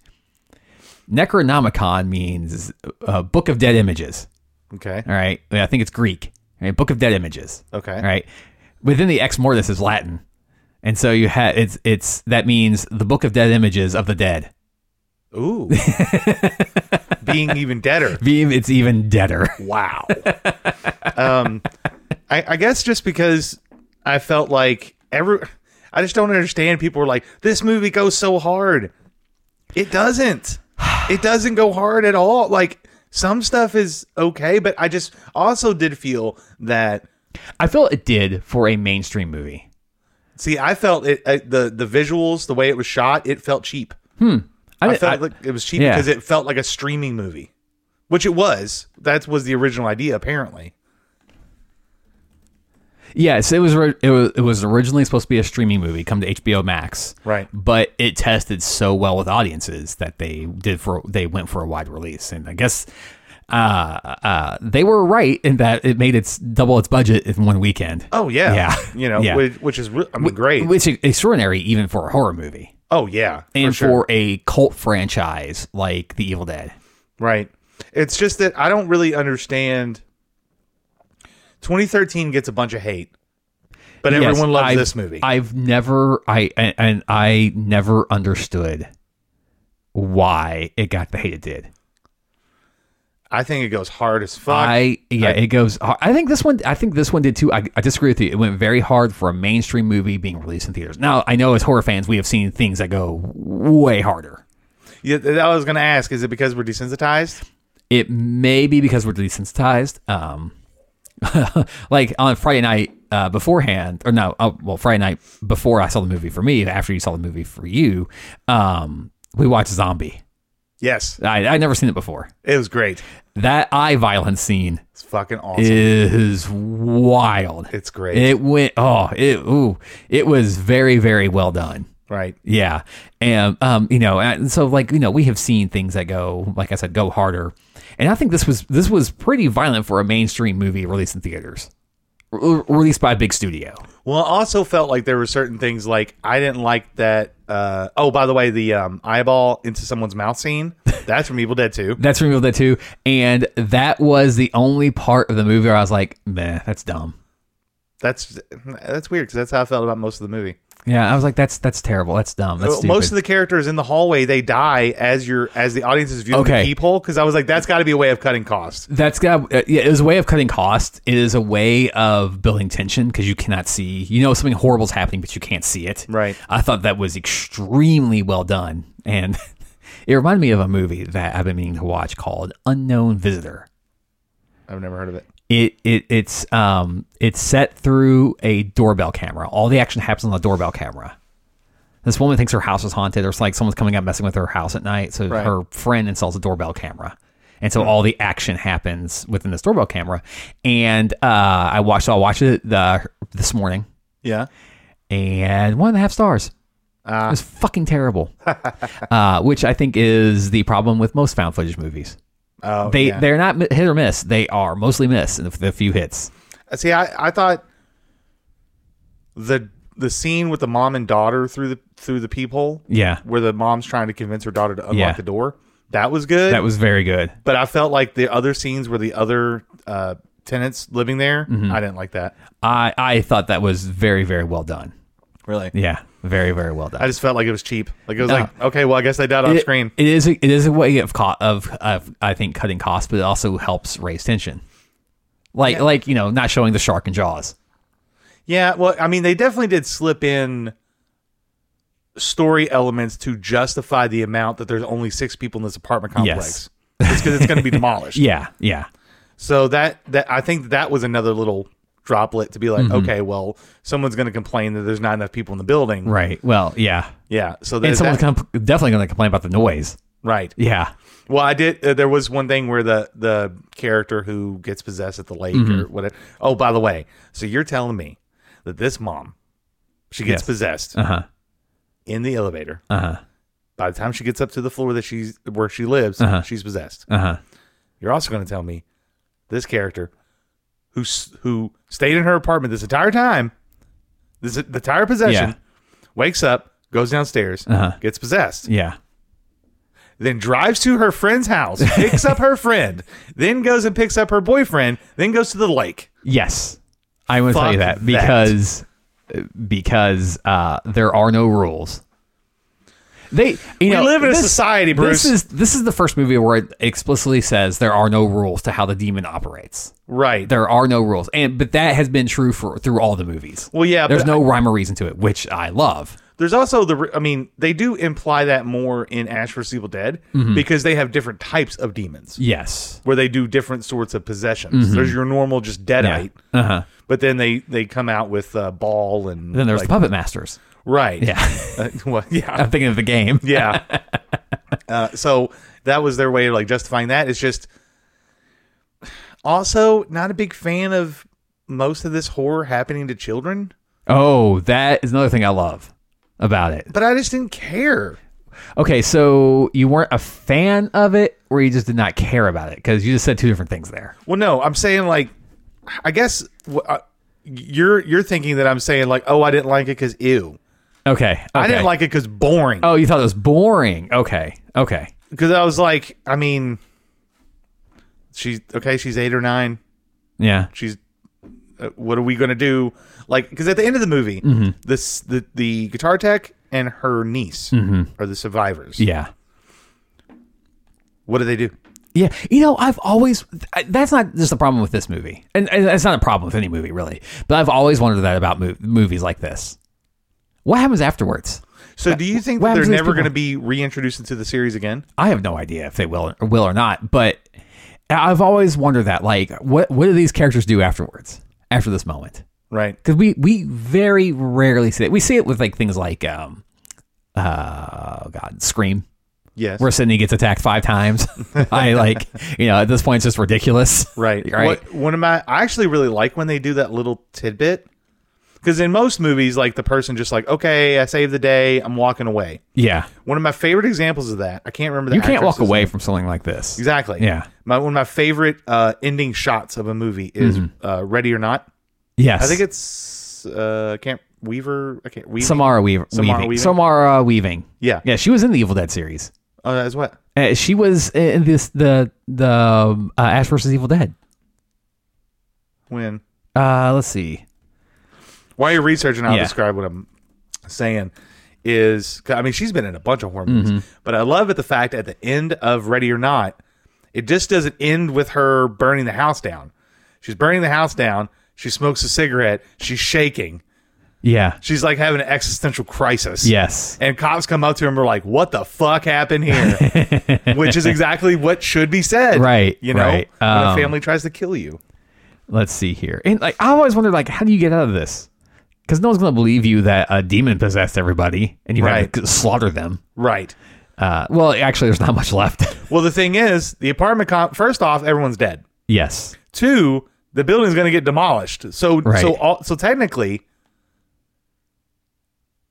Necronomicon means uh, Book of Dead Images.
Okay.
All right, I think it's Greek. Right? Book of Dead Images.
Okay.
All right, within the Ex Mortis is Latin, and so you have it's it's that means the Book of Dead Images of the dead.
Ooh. Being even deader.
Be- It's even deader.
Wow. um, I, I guess just because I felt like every, I just don't understand. People were like, "This movie goes so hard." It doesn't. It doesn't go hard at all. Like some stuff is okay, but I just also did feel that.
I feel it did for a mainstream movie.
See, I felt it. Uh, the The visuals, the way it was shot, it felt cheap. Hmm. I
mean,
felt like it was cheap
yeah.
because it felt like a streaming movie, which it was. That was the original idea, apparently.
Yes, it was. ri- It was. It was originally supposed to be a streaming movie, come to HBO Max.
Right.
But it tested so well with audiences that they did for. They went for a wide release, and I guess uh, uh, they were right in that it made its double its budget in one weekend.
Oh yeah,
Yeah.
You know,
Yeah.
Which, which is re- I mean, great.
Which is extraordinary, even for a horror movie
oh yeah,
and for,
sure.
a cult franchise like The Evil Dead.
right. It's just that I don't really understand. 2013 gets a bunch of hate, but
Yes,
everyone loves
I've-
this movie.
I've never, I and, and I never understood why it got the hate it did.
I think it goes hard as fuck.
I yeah,
I-
it goes. hard. I think this one. I think this one did too. I, I disagree with you. It went very hard for a mainstream movie being released in theaters. Now I know as horror fans, we have seen things that go way harder.
yeah, that I was gonna ask. Is it because we're desensitized?
It may be because we're desensitized. Um, like on Friday night uh, beforehand, or no, uh, well, Friday night before I saw the movie for me. After you saw the movie for you, um, we watched Zombie.
Yes,
I I never seen it before.
it was great.
That eye violence scene
It's fucking awesome.
is wild.
it's great.
It went. Oh, it. Ooh, it was very, very well done.
right.
Yeah, and um, you know, and so like you know, we have seen things that go, like I said, go harder, and I think this was this was pretty violent for a mainstream movie released in theaters, R- released by a big studio.
Well, it also felt like there were certain things like I didn't like that. Uh, oh, by the way, the um, eyeball into someone's mouth scene. That's from Evil Dead 2.
That's removed that too, and that was the only part of the movie where I was like, man, that's dumb.
That's that's weird because that's how I felt about most of the movie.
Yeah, I was like, that's that's terrible. That's dumb. That's
Well,
stupid.
Uh, most of the characters in the hallway they die as your as the audience is viewing
Okay.
the peephole because I was like, that's got to be a way of cutting costs.
That's got uh, yeah. It was a way of cutting costs. It is a way of building tension because you cannot see. You know something horrible's happening, but you can't see it.
Right.
I thought that was extremely well done, and it reminded me of a movie that I've been meaning to watch called Unknown Visitor.
I've never heard of it.
It it it's um it's set through a doorbell camera. All the action happens on the doorbell camera. This woman thinks her house is haunted, or it's like someone's coming up messing with her house at night. So
Right.
her friend installs a doorbell camera. And so all the action happens within this doorbell camera. And uh, I watched I watched it the, this morning
Yeah,
and one and a half stars. it
Ah.
was fucking terrible. uh, which I think is the problem with most found footage movies.
oh,
They
yeah.
they're not mi- hit or miss. They are mostly miss and the few hits.
Uh, See, I, I thought the the scene with the mom and daughter through the through the peephole,
Yeah.
where the mom's trying to convince her daughter to unlock
Yeah.
the door, that was good.
That was very good.
but I felt like the other scenes where the other uh, tenants living there,
Mm-hmm.
I didn't like that.
I I thought that was very very well done.
Really,
Yeah, very very well done.
I just felt like it was cheap. Like it was like, okay, well, I guess they died on
it,
screen.
it is a, it is a way of, co- of of I think cutting costs, but it also helps raise tension. Like like you know not showing the shark and Jaws.
Yeah, well, I mean, they definitely did slip in story elements to justify the amount that there's only six people in this apartment complex. It's because it's going to be demolished.
Yeah yeah
So that that I think that was another little droplet to be like,
Mm-hmm.
okay, well, someone's going to complain that there's not enough people in the building.
right. Well yeah,
Yeah. So
and
there's that,
someone's comp- definitely going to complain about the noise.
right.
Yeah.
Well, I did. Uh, there was one thing where the the character who gets possessed at the lake or
Mm-hmm.
whatever. Oh, by the way, so you're telling me that this mom, she gets
Yes.
possessed
Uh huh.
in the elevator.
Uh huh.
By the time she gets up to the floor that she's where she lives, she's possessed.
Uh huh.
You're also going to tell me this character who s- who stayed in her apartment this entire time, this the entire possession, wakes up, goes downstairs,
Uh-huh.
gets possessed,
Yeah.
then drives to her friend's house, picks up her friend, then goes and picks up her boyfriend, then goes to the lake.
Yes. I want to tell you
Fuck
that because because uh, there are no rules. They you know
live in a
this-
society, Bruce.
This is this is the first movie where it explicitly says there are no rules to how the demon operates.
Right.
There are no rules, and but that has been true for through all the movies.
Well, yeah,
there's
but
no rhyme or reason to it, which I love.
There's also the. I mean, they do imply that more in Ash vs Evil Dead
Mm-hmm.
because they have different types of demons.
Yes,
where they do different sorts of possessions. There's your normal just deadite,
Mm-hmm. uh-huh.
but then they they come out with uh, ball and
then there's
like-
the puppet masters.
right,
Yeah,
Uh, well, yeah,
I'm thinking of the game.
yeah. uh, so that was their way of like justifying that. It's just also not a big fan of most of this horror happening to children,
Oh, that is another thing I love about it.
but I just didn't care.
Okay, so you weren't a fan of it, or you just did not care about it because you just said two different things there.
Well, no, I'm saying like, I guess wh- uh, you're you're thinking that I'm saying like, oh, I didn't like it because ew.
Okay,
I didn't
okay.
like it because boring.
Oh, you thought it was boring. Okay, okay.
because I was like, I mean, she's okay. She's eight or nine.
Yeah,
She's uh, what are we gonna do? Like, because at the end of the movie,
Mm-hmm.
this the the guitar tech and her niece are the survivors.
Mm-hmm. yeah.
What do they do?
Yeah, you know, I've always I- that's not just the problem with this movie, and, and it's not a problem with any movie really. But I've always wondered that about mov- movies like this. What happens afterwards?
So do you think
what
that they're
happens to these
never
people?
going to be reintroduced into the series again?
I have no idea if they will or will or not. But I've always wondered that, like, what what do these characters do afterwards after this moment?
Right.
Because we we very rarely see it. We see it with like things like um, uh, God, Scream.
Yes.
where Sydney gets attacked five times. I like, you know, at this point, it's just ridiculous.
Right.
Right.
What, one of my, I actually really like when they do that little tidbit because in most movies, like the person just like, okay, I saved the day, I'm walking away.
Yeah.
One of my favorite examples of that, I can't remember. The
You can't walk
actress's
away from something like this.
Exactly.
Yeah.
My one of my favorite uh, ending shots of a movie is
Mm-hmm.
uh, Ready or Not.
Yes.
I think it's uh, can't Weaver. I can't Weaver.
Samara Weaver.
Samara
weaving.
Weaving?
Samara Weaving.
Yeah.
Yeah. She was in the Evil Dead series.
Oh, that's what.
Uh, she was in this, the, the um, uh, Ash versus Evil Dead.
When.
Uh, let's see.
While you're researching, I'll
Yeah.
describe what I'm saying. Is 'cause, I mean, she's been in a bunch of horror movies,
Mm-hmm.
but I love it the fact at the end of Ready or Not, it just doesn't end with her burning the house down. She's burning the house down. She smokes a cigarette. She's shaking.
Yeah.
She's like having an existential crisis.
Yes.
And cops come up to him and are like, what the fuck happened here? Which is exactly what should be said.
Right,
You know,
right.
when a
Um,
family tries to kill you.
Let's see here. And like, I always wondered, like, how do you get out of this? Because no one's going to believe you that a demon possessed everybody and you have
Right.
to slaughter them.
Right.
Uh, well, actually, there's not much left.
Well, the thing is, the apartment comp, first off, everyone's dead.
yes.
Two, the building's going to get demolished. So,
Right.
so, all, so technically,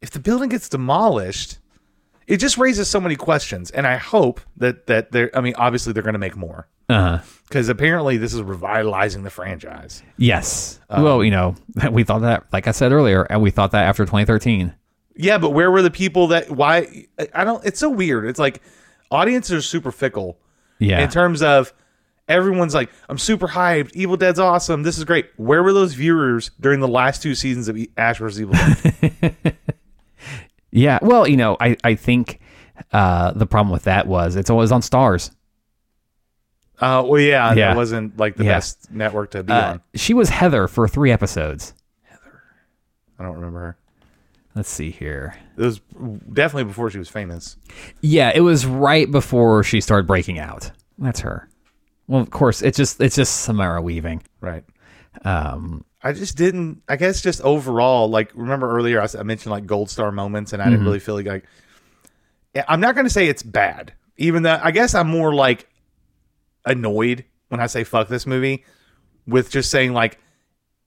if the building gets demolished, it just raises so many questions. And I hope that, that they're, I mean, obviously they're going to make more
Uh huh.
because apparently this is revitalizing the franchise.
Yes. well, you know, we thought that, like I said earlier, and we thought that after 2013.
Yeah, but where were the people that why I- I don't it's so weird. It's like audiences are super fickle
Yeah.
in terms of everyone's like I'm super hyped, Evil Dead's awesome, this is great. Where were those viewers during the last two seasons of E- Ash vs Evil Dead?
yeah. Well, you know, I, I think uh, the problem with that was it's always on stars.
uh well yeah,
Yeah.
that wasn't like the
Yeah.
best network to be
Uh,
on.
she was Heather for three episodes.
I don't remember her.
Let's see here.
It was definitely before she was famous.
Yeah, it was right before she started breaking out. That's her. Well, of course, it's just it's just Samara Weaving.
Right.
Um,
I just didn't. I guess just overall, like remember earlier, I, s- I mentioned like gold star moments, and I
Mm-hmm.
didn't really feel like, like Yeah, I'm not going to say it's bad, even though I guess I'm more like annoyed when I say fuck this movie with just saying like,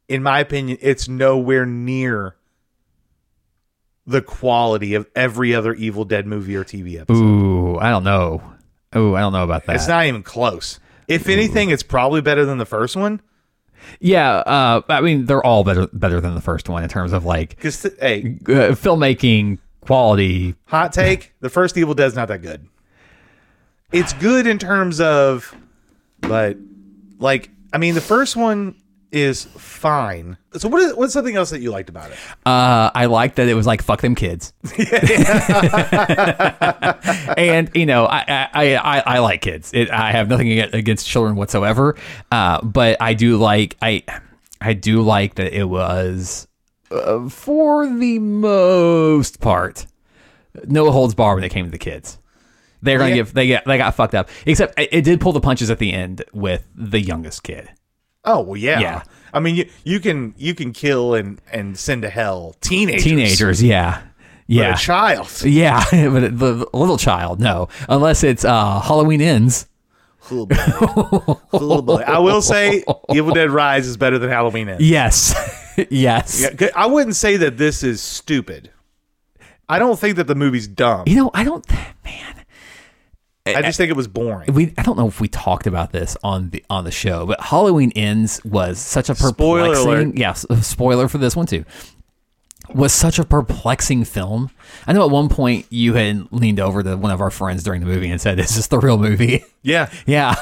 in my opinion, it's nowhere near the quality of every other Evil Dead movie or TV episode.
ooh, I don't know. Ooh, I don't know about that.
It's not even close. If anything, it's probably better than the first one.
yeah, uh, I mean, they're all better better than the first one in terms of like
Because hey,
uh, filmmaking quality.
Hot take: the first Evil Dead's not that good. It's good in terms of, but like I mean, the first one is fine. So what is what's something else that you liked about it?
Uh, I liked that it was like fuck them kids, and you know I I, I- I, I like kids. It, I have nothing ag- against children whatsoever, uh, but I do like I I do like that it was uh, for the most part no holds bar when it came to the kids. They're gonna
Yeah.
give they get they got fucked up. Except it, it did pull the punches at the end with the youngest kid.
Oh well, yeah.
Yeah.
I mean, you you can you can kill and and send to hell teenagers,
Teenagers, yeah,
but
yeah.
a child.
Yeah, but it- the the little child, no. Unless it's uh, Halloween Ends.
Oh, boy. Oh, boy. I will say, Evil Dead Rise is better than Halloween Ends.
Yes. yes.
Yeah, 'cause I wouldn't say that this is stupid. I don't think that the movie's dumb.
You know, I don't man,
I just think it was boring.
we I don't know if we talked about this on the on the show, but Halloween Ends was such a
Spoiler
perplexing
alert.
yes, uh, spoiler for this one too. Was such a perplexing film. I know at one point you had leaned over to one of our friends during the movie and said, "Is this the real movie?"
Yeah,
yeah.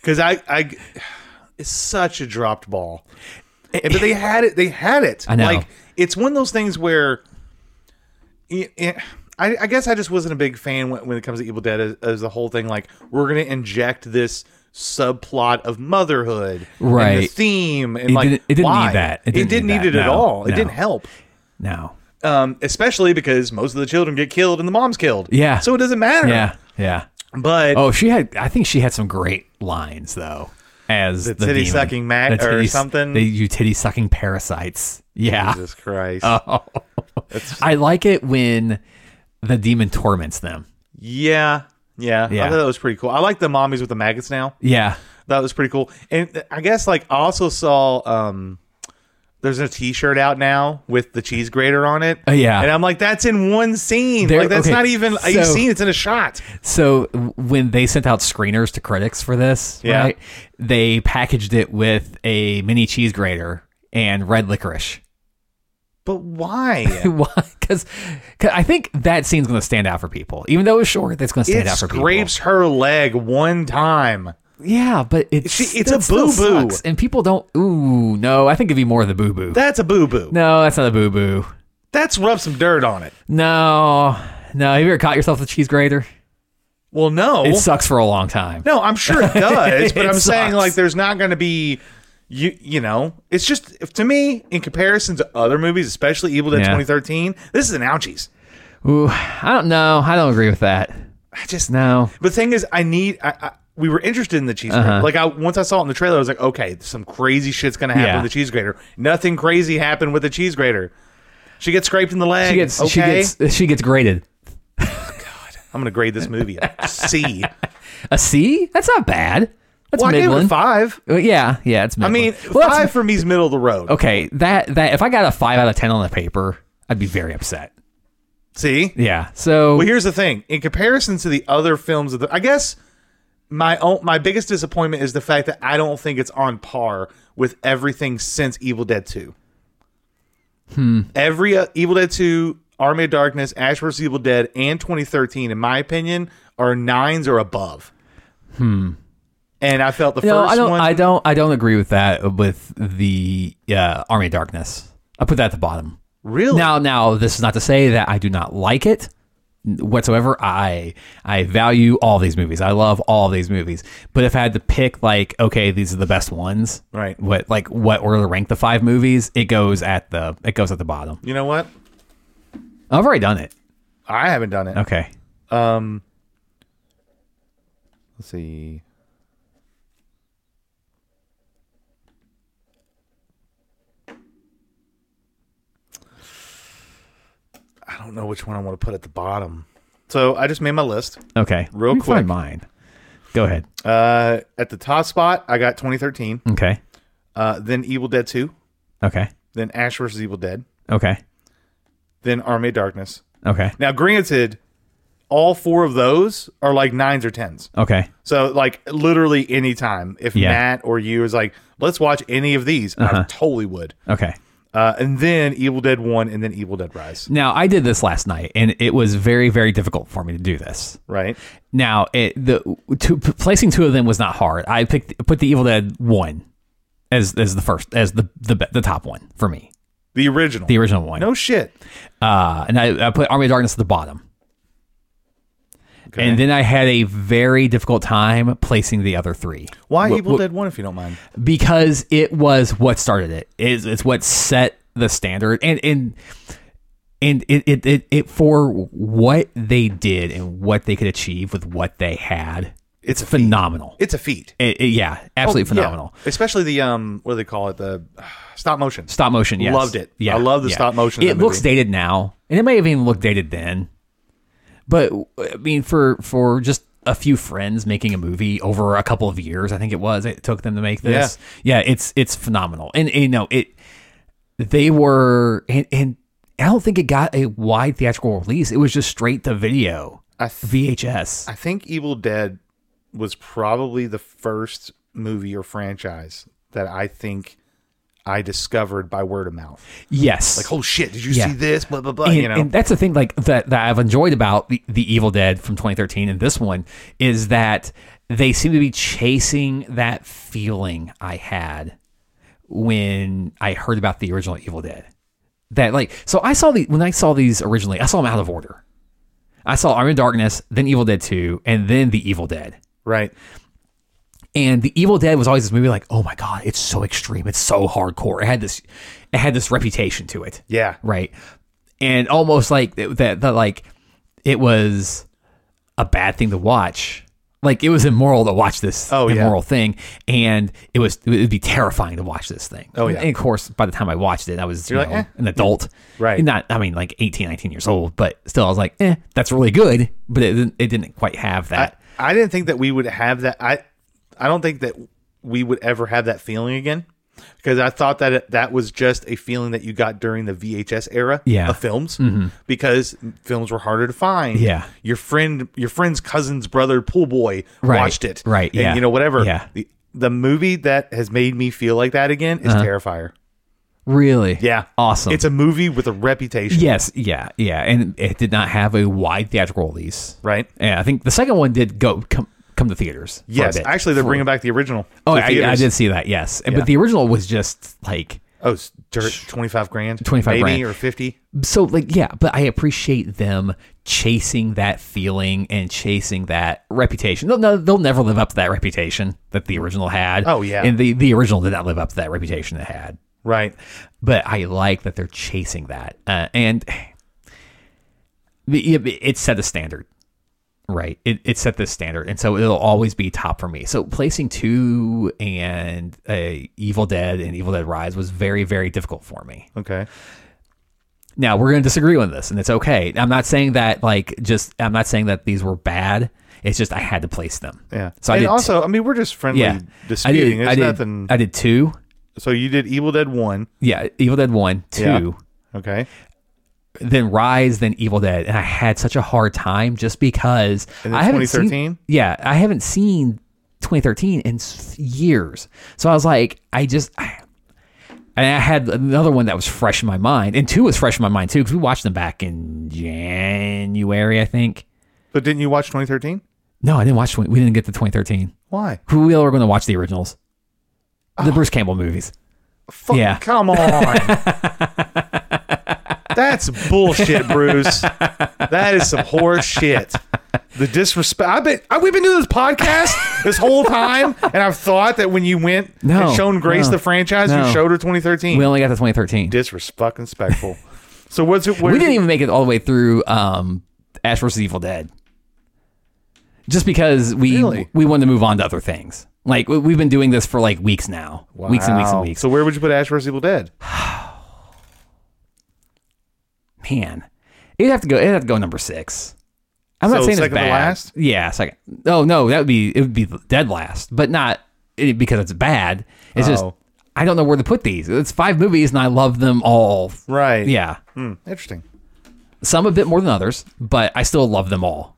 because I, I, it's such a dropped ball. And- but they had it. They had it.
I know.
Like it's one of those things where, y- y- I I, I guess I just wasn't a big fan when, when it comes to Evil Dead as, as the whole thing. Like we're gonna inject this subplot of motherhood, and the
Right.
theme, and
It
like
didn't- it didn't
why?
need that. It
It didn't,
didn't need
need,
that.
it at
No,
all. It
no.
didn't help,
No.
um, especially because most of the children get killed and the mom's killed.
Yeah.
so it doesn't matter.
Yeah. Yeah.
but
Oh, she had. I think she had some great lines though. As the,
titty
demon.
sucking Mac-
The
or
titty-
something.
The, you titty sucking parasites. Yeah.
Jesus
Oh.
Christ,
I like it when the demon torments them.
yeah, yeah, I
Yeah.
thought that was pretty cool. I like the mommies with the maggots now.
Yeah.
That was pretty cool. And I guess like I also saw um there's a t-shirt out now with the cheese grater on it.
Uh, yeah.
And I'm like that's in one scene.
There-
like that's
okay,
not even
so-
a scene, it's in a shot.
So w- when they sent out screeners to critics for this,
Yeah.
right? They packaged it with a mini cheese grater and red licorice.
But why?
Because I think that scene's going to stand out for people, even though it's short. That's going to stand
it
out for
scrapes her leg one time.
people. Yeah, but it's
She- it's a
that still
boo-boo.
sucks, and people don't. Ooh, no, I think it'd be more of the boo boo.
That's a boo-boo.
No, that's not a boo boo.
That's rub some dirt on it.
No, no. Have you ever caught yourself with a cheese grater?
Well, no.
It sucks for a long time.
No, I'm sure it does, but
It
I'm saying
sucks.
like there's not going to be you you know it's just if, to me in comparison to other movies, especially Evil Dead
Yeah.
2013, this is an ouchies.
Ooh, I don't know. I don't agree with that.
I just
No.
But the thing is, I need. I, I, we were interested in the cheese
Uh-huh.
grater. Like I once I saw it in the trailer, I was like, okay, some crazy shit's gonna happen
Yeah.
with the cheese grater. Nothing crazy happened with the cheese grater. She gets scraped in the leg.
She gets
okay,
she gets she gets graded.
I'm gonna grade this movie a C.
A C? That's not bad. That's
well, I gave it a
midland.
five.
Uh, Yeah, yeah, it's
I
midland.
mean,
well, that's-
five for me is middle of the road.
okay. That that if I got a five out of ten on the paper, I'd be very upset.
See,
Yeah. So
Well, here's the thing: in comparison to the other films of the, I guess my own, my biggest disappointment is the fact that I don't think it's on par with everything since Evil Dead Two. Hmm. Every uh, Evil Dead Two, Army of Darkness, Ash vs Evil Dead, and 2013, in my opinion, are nines or above. Hmm. And I felt the
no,
first
I don't.
one.
I don't. I don't agree with that. uh, With the uh, Army of Darkness, I put that at the bottom.
really?
Now, now, this is not to say that I do not like it whatsoever. I I value all these movies. I love all these movies. But if I had to pick, like, okay, these are the best ones,
Right.
What like what order to rank the five movies? It goes at the it goes at the bottom.
you know what?
I've already done it.
I haven't done it.
Okay,
Let's see. I don't know which one I want to put at the bottom. So I just made my list.
okay,
Real
Let me
quick.
find mine. Go ahead.
Uh, at the top spot, I got 2013,
Okay,
uh, then Evil Dead 2,
okay,
then Ash vs. Evil Dead,
okay,
then Army of Darkness.
okay,
Now, granted, all four of those are like nines or tens.
okay.
So like literally any time, if
Yeah.
Matt or you is like, let's watch any of these, I totally would.
Okay.
Uh, and then Evil Dead One, and then Evil Dead Rise.
Now I did this last night, and it was very, very difficult for me to do this.
Right?
Now, it, the two, p- placing two of them was not hard. I picked put the Evil Dead one as as the first as the the be- the top one for me,
The original.
the original one.
no shit.
Uh, and I, I put Army of Darkness at the bottom. And then I had a very difficult time placing the other three
Why Evil Dead One, if you don't mind?
because it was what started it. It's, it's what set the standard, and and and it, it it it for what they did and what they could achieve with what they had. It's, phenomenal.
It's a feat. Oh,
It, it- yeah, absolutely
Yeah.
phenomenal.
Especially the um, what do they call it? The uh, stop motion.
Stop motion, yes.
Loved it.
Yeah,
I love the
yeah.
stop motion in
It
that
looks
movie.
dated now, and it may have even looked dated then. But I mean, for for just a few friends making a movie over a couple of years, I think it was it took them to make this. Yeah, it's it's phenomenal, and, and you know it. They were, and, and I don't think it got a wide theatrical release. It was just straight to video,
I th-
VHS.
I think Evil Dead was probably the first movie or franchise that I think I discovered by word of mouth.
yes,
Like, oh shit, did you
Yeah.
see this? Blah blah blah.
and,
you know.
and that's the thing like that, that i've enjoyed about the, the evil dead from 2013 and this one is that they seem to be chasing that feeling i had when i heard about the original evil dead that like so i saw the when i saw these originally i saw them out of order I saw Army of Darkness, then Evil Dead 2, and then The Evil Dead.
Right.
And The Evil Dead was always this movie like, oh my god, it's so extreme, it's so hardcore. It had this, it had this reputation to it,
Yeah.
right? And almost like that, that, that like it was a bad thing to watch. Like it was immoral to watch this
Oh, yeah.
immoral thing, and it was it would be terrifying to watch this thing.
Oh, yeah.
And of course, by the time I watched it, I was you
You're like,
know,
eh.
an adult,
Right.
Not I mean like 18, 19 years old, but still, I was like, eh, that's really good, but it didn't, it didn't quite have
I,
that.
I didn't think that we would have that. I I don't think that we would ever have that feeling again because I thought that it, that was just a feeling that you got during the VHS era
Yeah. Mm-hmm.
of films because films were harder to find.
Yeah.
your friend, your friend's cousin's brother, pool boy,
Right,
watched it.
right,
and,
yeah,
you know whatever.
yeah.
The, the movie that has made me feel like that again is Terrifier.
really,
Yeah,
Uh-huh. awesome.
It's a movie with a reputation.
Yes, yeah, yeah, and it did not have a wide theatrical release.
Right.
Yeah, I think the second one did go come come to theaters. for a
Yes,
bit.
actually, they're
For-
bringing back the original.
Oh,
to
I, I
theaters.
did see that. Yes,
Yeah.
but the original was just like
Oh, it's dirt, twenty-five grand,
25
maybe
grand.
or fifty.
so. Like yeah, but I appreciate them chasing that feeling and chasing that reputation. They'll, no, they'll never live up to that reputation that the original had.
Oh, yeah.
and the the original did not live up to that reputation it had.
Right.
but I like that they're chasing that, uh, and the- it it set a standard, right? It, it set this standard, and so it'll always be top for me. So placing two and uh, Evil Dead and Evil Dead Rise was very very difficult for me.
Okay.
Now we're going to disagree on this, and it's okay. I'm not saying that like just I'm not saying that these were bad. It's just I had to place them.
Yeah.
So I
and
did
also, I mean, we're just friendly
yeah. I did.
disputing. There's
I did.
nothing.
I did two.
so you did Evil Dead One.
Yeah, Evil Dead one, two.
Yeah. Okay.
then Rise, then Evil Dead, and I had such a hard time just because
And then
I haven't
2013?
seen. Yeah, I haven't seen 2013 in s- years, so I was like, I just. I, and I had another one that was fresh in my mind, and two was fresh in my mind too because we watched them back in January, I think.
But didn't you watch 2013?
No, I didn't watch. 20, we didn't get to 2013.
Why?
We were going to watch the originals, the
Oh.
Bruce Campbell movies.
Fuck,
Yeah.
Come on. That's bullshit, Bruce. That is some horse shit. The disrespect. I've been. I, we've been doing this podcast this whole time, and I've thought that when you went
No,
and shown Grace
no,
the franchise,
no.
you showed her 2013.
We only got to 2013.
disrespectful. so what's it? Where
we didn't even make it all the way through um, Ash vs Evil Dead, just because we
Really?
we wanted to move on to other things. Like we- we've been doing this for like weeks now, weeks and weeks and
Wow.
weeks.
So where would you put Ash vs Evil Dead?
Man, it'd have to go. It'd have to go number six. I'm not
So
saying it's
second to
bad.
last?
Yeah, second. Oh no, that would be it. Would be dead last, but not it, because it's bad. It's just
Oh.
I don't know where to put these. It's five movies, and I love them all.
Right.
Yeah,
Hmm, interesting.
some a bit more than others, but I still love them all.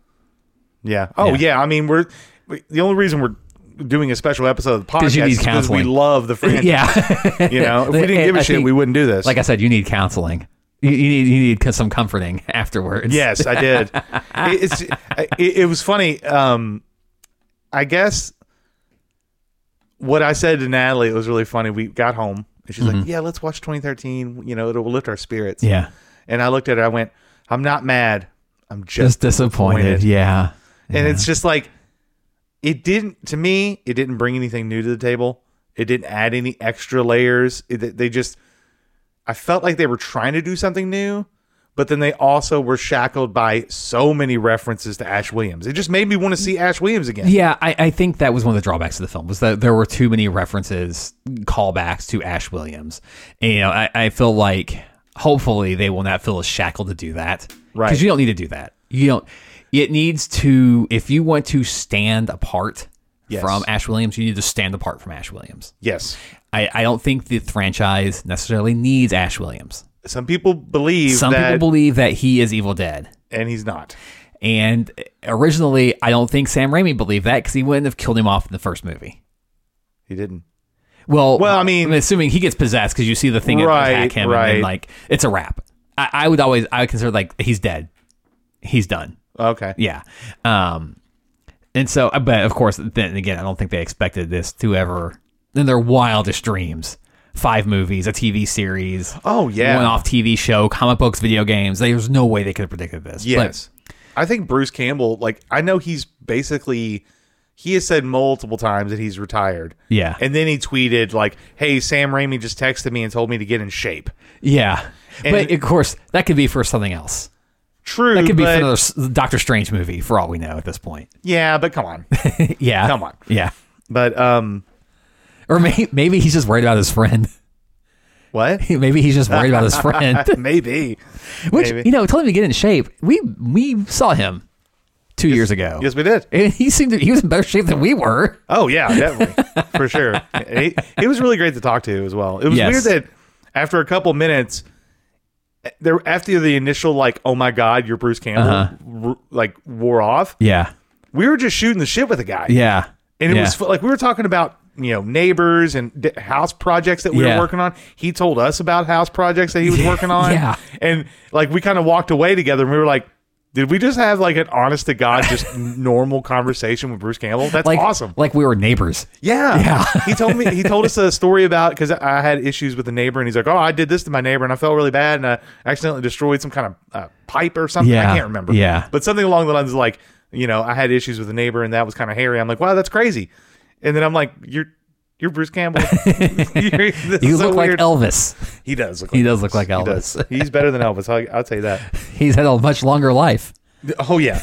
Yeah. Oh
Yeah.
yeah. I mean, we're we, the only reason we're doing a special episode of the podcast
you need
is because we
counseling.
love the franchise.
Yeah.
You know, if we didn't
And
give a
I
shit,
think-
we wouldn't do this.
like I said, you need counseling. You, you need you need some comforting afterwards.
yes, I did. it, it's it, it was funny. Um, I guess what I said to Natalie it was really funny. We got home and she's like, "Yeah, let's watch 2013. You know, it'll lift our spirits."
Mm-hmm. Yeah.
And I looked at her. I went, "I'm not mad. I'm
Just
just
disappointed.
Disappointed.
Yeah.
And it's just like it didn't to me, it didn't bring anything new to the table. It didn't add any extra layers. It, they just I felt like they were trying to do something new, but then they also were shackled by so many references to Ash Williams. It just made me want to see Ash Williams again.
Yeah, I, I think that was one of the drawbacks of the film was that there were too many references, callbacks to Ash Williams. And, you know, I, I feel like hopefully they will not feel as shackled to do that.
Right.
Because you don't need to do that. You don't. It needs to, if you want to stand apart
Yes.
from Ash Williams, you need to stand apart from Ash Williams.
Yes.
I, I don't think the franchise necessarily needs Ash Williams.
Some people believe
Some
that
people believe that he is Evil Dead.
and he's not.
And originally, I don't think Sam Raimi believed that because he wouldn't have killed him off in the first movie.
He didn't.
Well,
Well, I mean-
I'm assuming he gets possessed because you see the thing
Right,
attack him, and
right.
then, like it's a wrap. I, I would always, I would consider like he's dead, he's done.
Okay.
Yeah. Um, and so, uh, but of course, then again, I don't think they expected this to ever, in their wildest dreams, five movies, a TV series,
Oh yeah.
one off TV show, comic books, video games. There's no way they could have predicted this.
yes. I think Bruce Campbell, like, I know he's basically, he has said multiple times that he's retired.
Yeah.
And then he tweeted, like, hey, Sam Raimi just texted me and told me to get in shape.
Yeah.
And-
but of course, that could be for something else.
True.
That could be
but-
for another s- Doctor Strange movie, for all we know at this point.
Yeah, but come on.
yeah.
Come on.
Yeah.
but, um,
Or may, maybe he's just worried about his friend.
what?
maybe he's just worried about his friend.
Maybe.
Which
Maybe.
you know, told him to get in shape. We we saw him two years ago.
Yes, we did.
and he seemed to, he was in better shape than we were.
Oh yeah, definitely for sure. It, it was really great to talk to as well. It was
Yes.
weird that after a couple minutes, eh, there after the initial like, "Oh my God, you're Bruce Campbell,"
Uh-huh.
r- like wore off.
Yeah,
We were just shooting the shit with a guy,
yeah,
and it
yeah.
was was like we were talking about you know neighbors and d- house projects that we
Yeah.
were working on. He told us about house projects that he was working on,
Yeah.
and like we kind of walked away together, and we were like. Did we just have like an honest to God, just normal conversation with Bruce Campbell? That's
like
awesome.
Like we were neighbors.
Yeah.
Yeah.
he told me he told us a story about because I had issues with a neighbor and he's like, Oh, I did this to my neighbor and I felt really bad and I accidentally destroyed some kind of uh, pipe or something.
Yeah.
I can't remember.
Yeah.
But something along the lines of like, you know, I had issues with a neighbor and that was kind of hairy. I'm like, wow, that's crazy. And then I'm like, You're you're Bruce Campbell. You're- this is
You
so
look like
weird.
Elvis.
he does look like
He does look like
He
Elvis.
He's better than Elvis. I'll, I'll tell you that.
He's had a much longer life.
Oh yeah.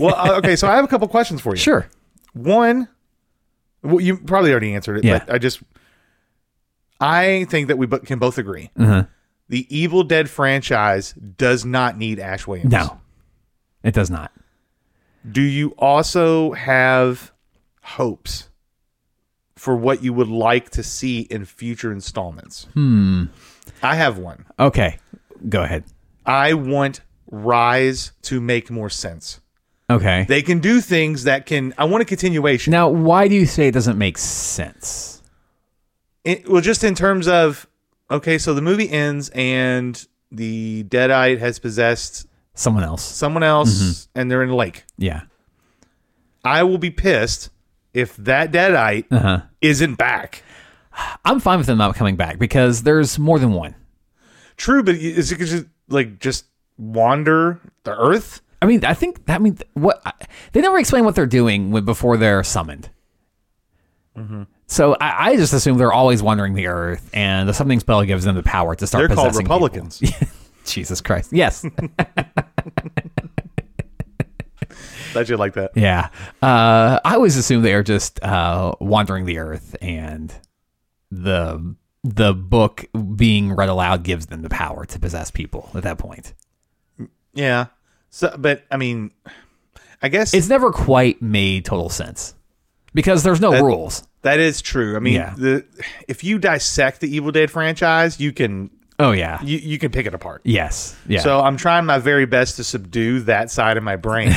Well, uh, okay. So I have a couple questions for you.
Sure.
One, well, you probably already answered it,
Yeah.
but I just, I think that we bo- can both agree
Uh-huh.
the Evil Dead franchise does not need Ash Williams.
No, it does not.
Do you also have hopes for what you would like to see in future installments? Hmm. I have one.
Okay, go ahead.
I want Rise to make more sense.
Okay.
They can do things that can. I want a continuation.
Now, why do you say it doesn't make sense?
it, well, just in terms of okay, so the movie ends and the deadite has possessed
Someone else.
someone else,
Mm-hmm.
and they're in a lake.
Yeah.
I will be pissed if that deadite
Uh-huh.
isn't back.
I'm fine with them not coming back because there's more than one.
True, but is it just like just wander the earth?
I mean, I think that means what I, they never explain what they're doing when, before they're summoned.
Mm-hmm.
So I, I just assume they're always wandering the earth, and the summoning spell gives them the power to start.
They're called
possessing
Republicans.
people. Jesus Christ! Yes,
That you like that.
yeah. Uh, I always assume they are just uh, wandering the earth, and the the book being read aloud gives them the power to possess people. At that point,
Yeah. So, but I mean, I guess
it's never quite made total sense because there's no rules.
that is true. I mean,
Yeah.
the if you dissect the Evil Dead franchise, you can
Oh yeah.
you, you can pick it apart.
Yes. Yeah.
So I'm trying my very best to subdue that side of my brain.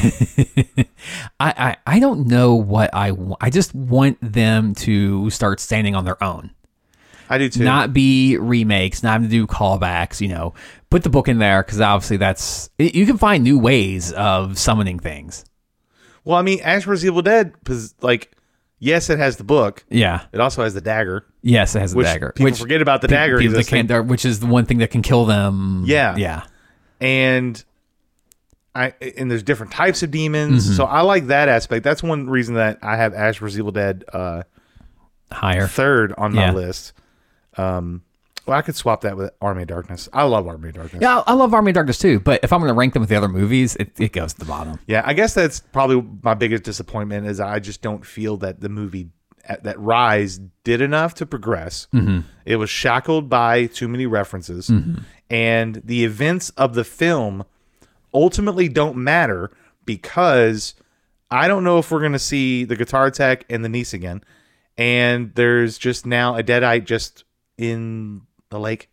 I, I, I don't know what I want. I just want them to start standing on their own,
I do too.
not be remakes, not do callbacks. You know, put the book in there because obviously that's y- you can find new ways of summoning things.
well, I mean, Ash vs. Evil Dead, pos- like, yes, it has the book.
Yeah.
It also has the dagger,
Yes, it has a
which
dagger.
people forget about the
pe-
dagger.
people that
existing.
can't- which is the one thing that can kill them.
Yeah.
Yeah.
and I and there's different types of demons.
Mm-hmm.
So I like that aspect. That's one reason that I have Ash vs. Evil Dead uh,
Higher.
third on my
Yeah.
list. Um, well, I could swap that with Army of Darkness. I love Army of Darkness.
Yeah, I I love Army of Darkness too, but if I'm going to rank them with the other movies, it, it goes to the bottom.
Yeah, I guess that's probably my biggest disappointment is I just don't feel that the movie that Rise did enough to progress.
Mm-hmm.
It was shackled by too many references, and the events of the film ultimately don't matter because I don't know if we're going to see the guitar tech and the niece again, and there's just now a deadite just in the lake.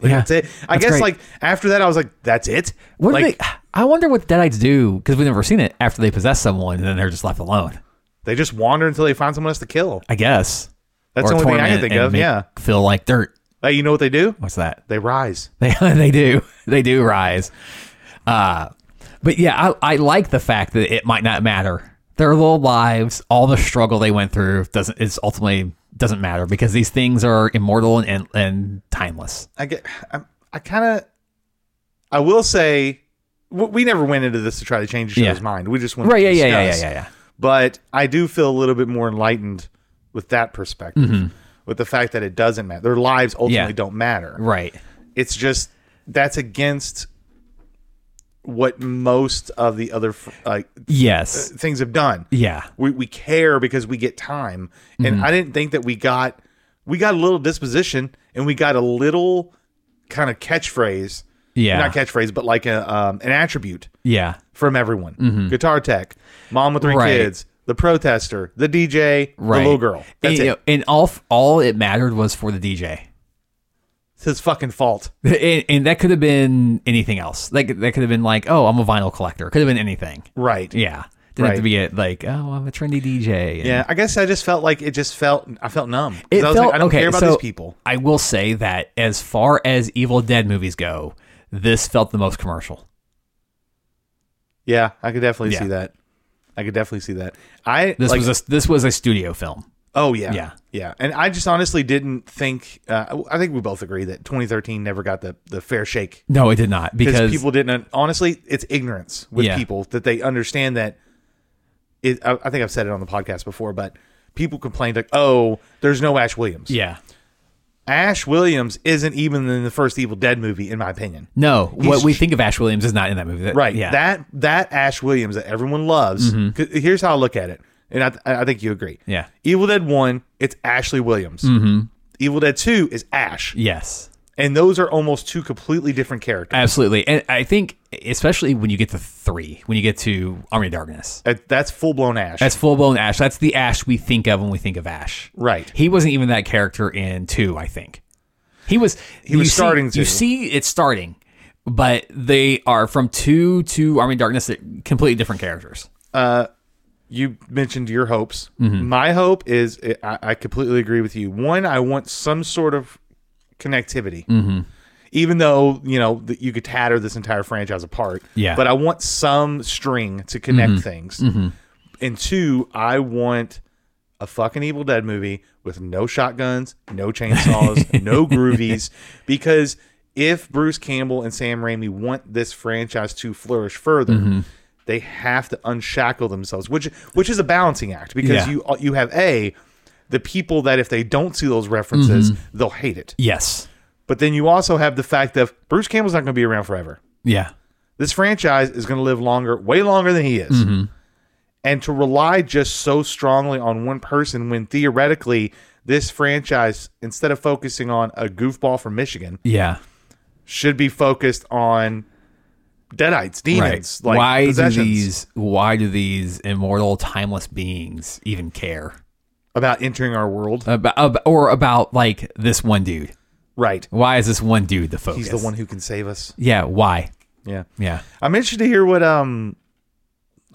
Like,
Yeah.
that's it. I
That's
guess
great.
like after that, I was like, that's it.
What do
like,
they? I wonder what Deadites do because we've never seen it after they possess someone and then they're just left alone.
They just wander until they find someone else to kill.
I guess
That's
Or
the only thing I can
torment
think
and
of.
make-
yeah.
feel like dirt.
Hey, you know what they do?
What's that?
They rise.
They they do they do rise. Uh, but yeah, I I like the fact that it might not matter. Their little lives, all the struggle they went through doesn't is ultimately doesn't matter because these things are immortal and and, and timeless.
I get. I, I kind of. I will say, we we never went into this to try to change each other's
Yeah.
mind. We just went
Right,
To
yeah, yeah, yeah,
discuss.
yeah, yeah, yeah.
But I do feel a little bit more enlightened with that perspective, with the fact that it doesn't matter. Their lives ultimately
Mm-hmm. Yeah.
don't matter.
Right.
It's just that's against what most of the other f- like
Yes.
things have done.
Yeah.
We we care because we get time. And
Mm-hmm.
I didn't think that we got we got a little disposition and we got a little kind of catchphrase.
Yeah.
Not catchphrase, but like a um, an attribute
Yeah.
from everyone. Guitar tech, mom with three
Mm-hmm. Right.
kids, the protester, the DJ,
Right.
the little girl.
and,
That's
you
it.
know, and all all it mattered was for the DJ.
It's his fucking fault.
And, and that could have been anything else. Like that could have been like, oh, I'm a vinyl collector. Could have been anything.
Right.
Yeah. Didn't have to
Right.
be it like, oh, I'm a trendy DJ. and-
Yeah, I guess I just felt like it just felt I felt numb. 'Cause
It
I was
felt-
like, I don't
okay,
care about
so
these people.
I will say that as far as Evil Dead movies go, this felt the most commercial.
Yeah, I could definitely
Yeah.
see that. I could definitely see that. I
This
like,
was a this was a studio film.
Oh yeah,
Yeah.
yeah. And I just honestly didn't think. Uh, I think we both agree that 2013 never got the the fair shake
No, it did not
because
because
people didn't. Honestly, it's ignorance with
Yeah.
people that they understand that. It. I, I think I've said it on the podcast before, but people complained like, "Oh, there's no Ash Williams."
yeah.
Ash Williams isn't even in the first Evil Dead movie, in my opinion.
No, what
He's-
we think of Ash Williams is not in that movie. That-
Right.
Yeah. Mm-hmm.
That that Ash Williams that everyone loves. 'cause Here's how I look at it, and I, th- I think you agree.
Yeah. Mm-hmm.
Evil Dead One, it's Ashley Williams. Evil Dead Two is Ash,
yes.
and those are almost two completely different characters.
Absolutely. And I think especially when you get to 3, when you get to Army of Darkness.
Uh, That's full blown Ash.
That's full blown Ash. That's the Ash we think of when we think of Ash.
Right.
He wasn't even that character in two, I think. He was he
was starting to.
You see it starting, but they are from two to Army of Darkness they're completely different characters.
you mentioned your hopes. My hope is I, I completely agree with you. One, I want some sort of connectivity, even though you know that you could tatter this entire franchise apart.
Yeah.
but I want some string to connect things. And two, I want a fucking Evil Dead movie with no shotguns, no chainsaws, no groovies, because if Bruce Campbell and Sam Raimi want this franchise to flourish further, they have to unshackle themselves, which which is a balancing act because
Yeah.
you uh, you have a the people that if they don't see those references, they'll hate it.
Yes.
But then you also have the fact that Bruce Campbell's not going to be around forever
Yeah.
this franchise is going to live longer, way longer than he is.
Mm-hmm.
And to rely just so strongly on one person when theoretically this franchise, instead of focusing on a goofball from Michigan,
Yeah.
should be focused on deadites, demons, like
why do
possessions,
these why do these immortal timeless beings even care?
about entering our world.
About, ab- or about like this one dude.
right.
Why is this one dude the focus?
He's the one who can save us.
Yeah, why?
Yeah.
Yeah.
I'm interested to hear what um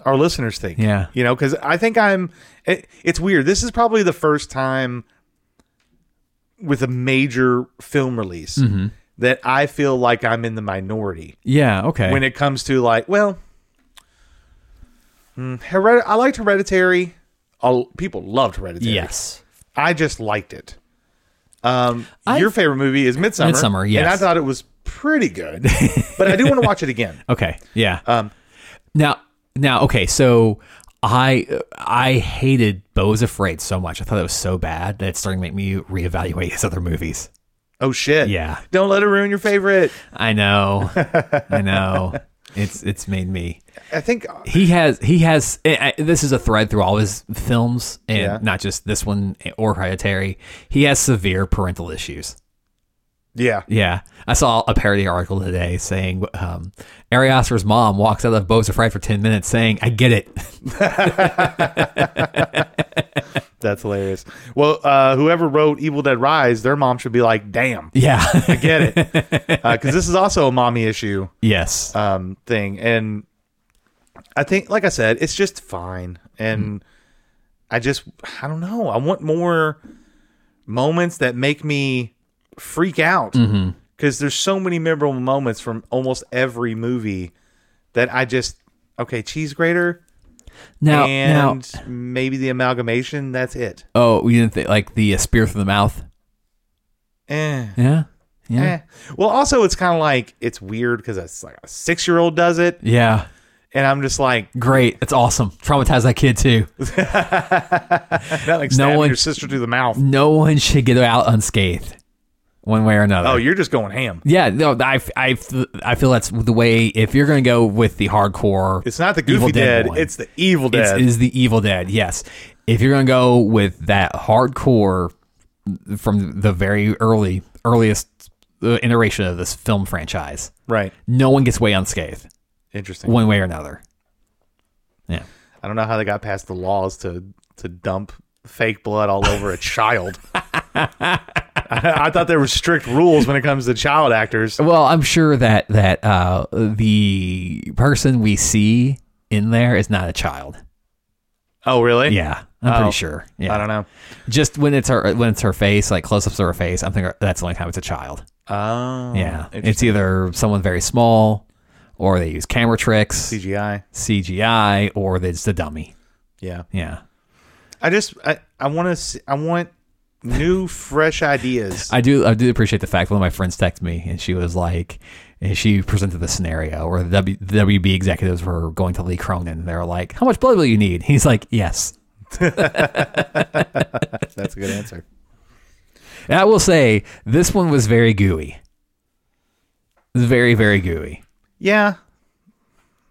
our listeners think.
Yeah.
you know, because I think I'm. It, it's weird. This is probably the first time with a major film release
Mm-hmm.
that I feel like I'm in the minority
Yeah, okay.
when it comes to like, well, mm, Hered- I liked Hereditary. I'll, people loved Hereditary.
yes.
I just liked it. Um,
I-
your favorite movie is Midsummer.
Midsommar,
and I
yes.
thought it was pretty good, but I do want to watch it again.
Okay. Yeah. Um, now, now, okay. So I, I hated Bo's Afraid so much. I thought it was so bad that it's starting to make me reevaluate his other movies.
Oh shit!
Yeah.
don't let it ruin your favorite.
I know. I know. It's, it's made me.
I think uh,
He has, he has, I, I- this is a thread through all his films and
Yeah.
not just this one or Hereditary. He has severe parental issues.
yeah,
Yeah. I saw a parody article today saying um, Ari Aster's mom walks out of Bo's Afraid for 10 minutes saying, I get it.
that's hilarious. Well, uh, whoever wrote Evil Dead Rise, their mom should be like, "Damn,
Yeah.
I get it," because this is also a mommy issue
yes.
um, thing. And I think, like I said, it's just fine. And I just, I don't know. I want more moments that make me freak out because there's so many memorable moments from almost every movie that I just, okay, cheese grater.
Now,
and
now,
maybe the amalgamation. That's it.
oh, you didn't think like the uh, spear through the mouth?
Eh.
Yeah, Yeah.
Eh. Well, also it's kind of like it's weird because it's like a six year old does it,
Yeah.
and I'm just like,
Great. That's awesome. Traumatize that kid too.
not like stabbing
one-
your sister through the mouth.
No one should get out unscathed one way or another.
Oh, you're just going ham.
Yeah, no, I, I, I feel that's the way. If you're going to go with the hardcore,
It's not the
Evil
Goofy
Dead
Dead.
one.
it's the
it's,
Evil Dead.
is the Evil Dead. Yes, if you're going to go with that hardcore from the very early earliest uh, iteration of this film franchise,
right.
no one gets away unscathed
Interesting.
one way or another. Yeah,
I don't know how they got past the laws to to dump fake blood all over a child. I, I thought there were strict rules when it comes to child actors.
Well, I'm sure that that uh, the person we see in there is not a child.
Oh, really?
Yeah, I'm
Oh.
pretty sure. Yeah,
I don't know.
just when it's her when it's her face, like close ups of her face. I'm thinking that's the only time it's a child.
Oh,
yeah, it's either someone very small, or they use camera tricks,
CGI.
CGI, or it's the dummy.
Yeah.
Yeah,
I just I I want to I want new fresh ideas.
I do. I do appreciate the fact one of my friends texted me, and she was like, and she presented the scenario where the, w, the WB executives were going to Lee Cronin. and They were like, "How much blood will you need?" He's like, "Yes."
That's a good answer.
And I will say this one was very gooey. Very, very gooey.
Yeah.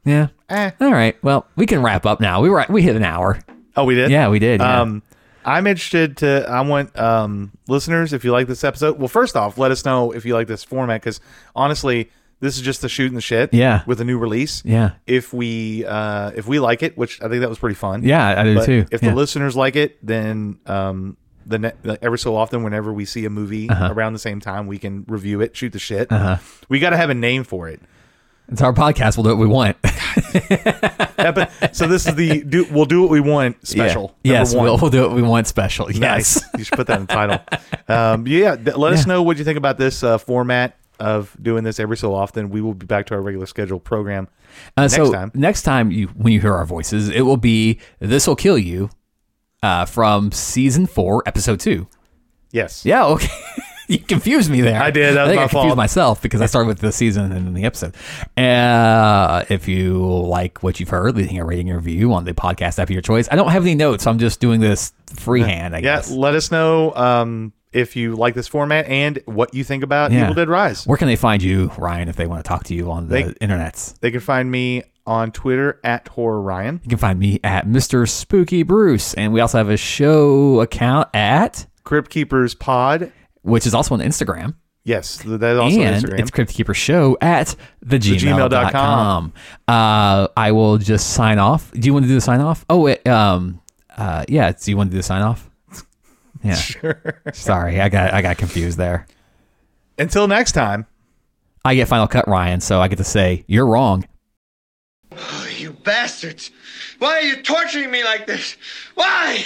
Yeah.
Eh.
All right. Well, we can wrap up now. We were we hit an hour.
Oh, we did.
Yeah, we did. yeah.
Um, I'm interested to. I want um, listeners if you like this episode. Well, first off, let us know if you like this format because honestly, this is just the shooting the shit.
Yeah.
With a new release.
Yeah.
If we uh, if we like it, which I think that was pretty fun.
yeah, I do
But
too.
If
yeah.
the listeners like it, then um, the ne- like, every so often, whenever we see a movie
Uh-huh.
around the same time, we can review it, shoot the shit. Uh-huh. We got to have a name for it.
it's our podcast. We'll do what we want.
Epi- so this is the do, we'll do what we want special.
Yeah. Yes,
number one.
we'll, we'll do what we want special. Yes.
Nice. you should put that in the title. Um, yeah, th- let us know what you think about this uh, format of doing this every so often. We will be back to our regular scheduled program.
Uh, so
Next time.
next time you when you hear our voices, it will be This Will Kill You uh, from season four, episode two.
Yes.
Yeah, okay. you confused me there.
I did. That
I
was
think
my
I confused
fault.
myself because I started with the season and then the episode. Uh, if you like what you've heard, leaving a rating and review on the podcast app of your choice. I don't have any notes. I'm just doing this freehand, I
Yeah.
guess.
Let us know um, if you like this format and what you think about
Yeah.
Evil Dead Rise.
Where can they find you, Ryan, if they want to talk to you on the
They-
internets?
They can find me on Twitter at Horror Ryan.
You can find me at Mr. Spooky Bruce. And we also have a show account at,
Crypt Keepers Pod.
which is also on Instagram.
Yes, th- that is also
and
Instagram.
it's Crypt Keeper Show at thegmail.com.
thegmail.com.
Uh, I will just sign off. Do you want to do the sign off? Oh, wait, um, uh, yeah. Do you want to do the sign off? Yeah.
Sure.
Sorry, I got I got confused there.
Until next time.
I get Final Cut Ryan, so I get to say you're wrong.
You bastards! Why are you torturing me like this? Why?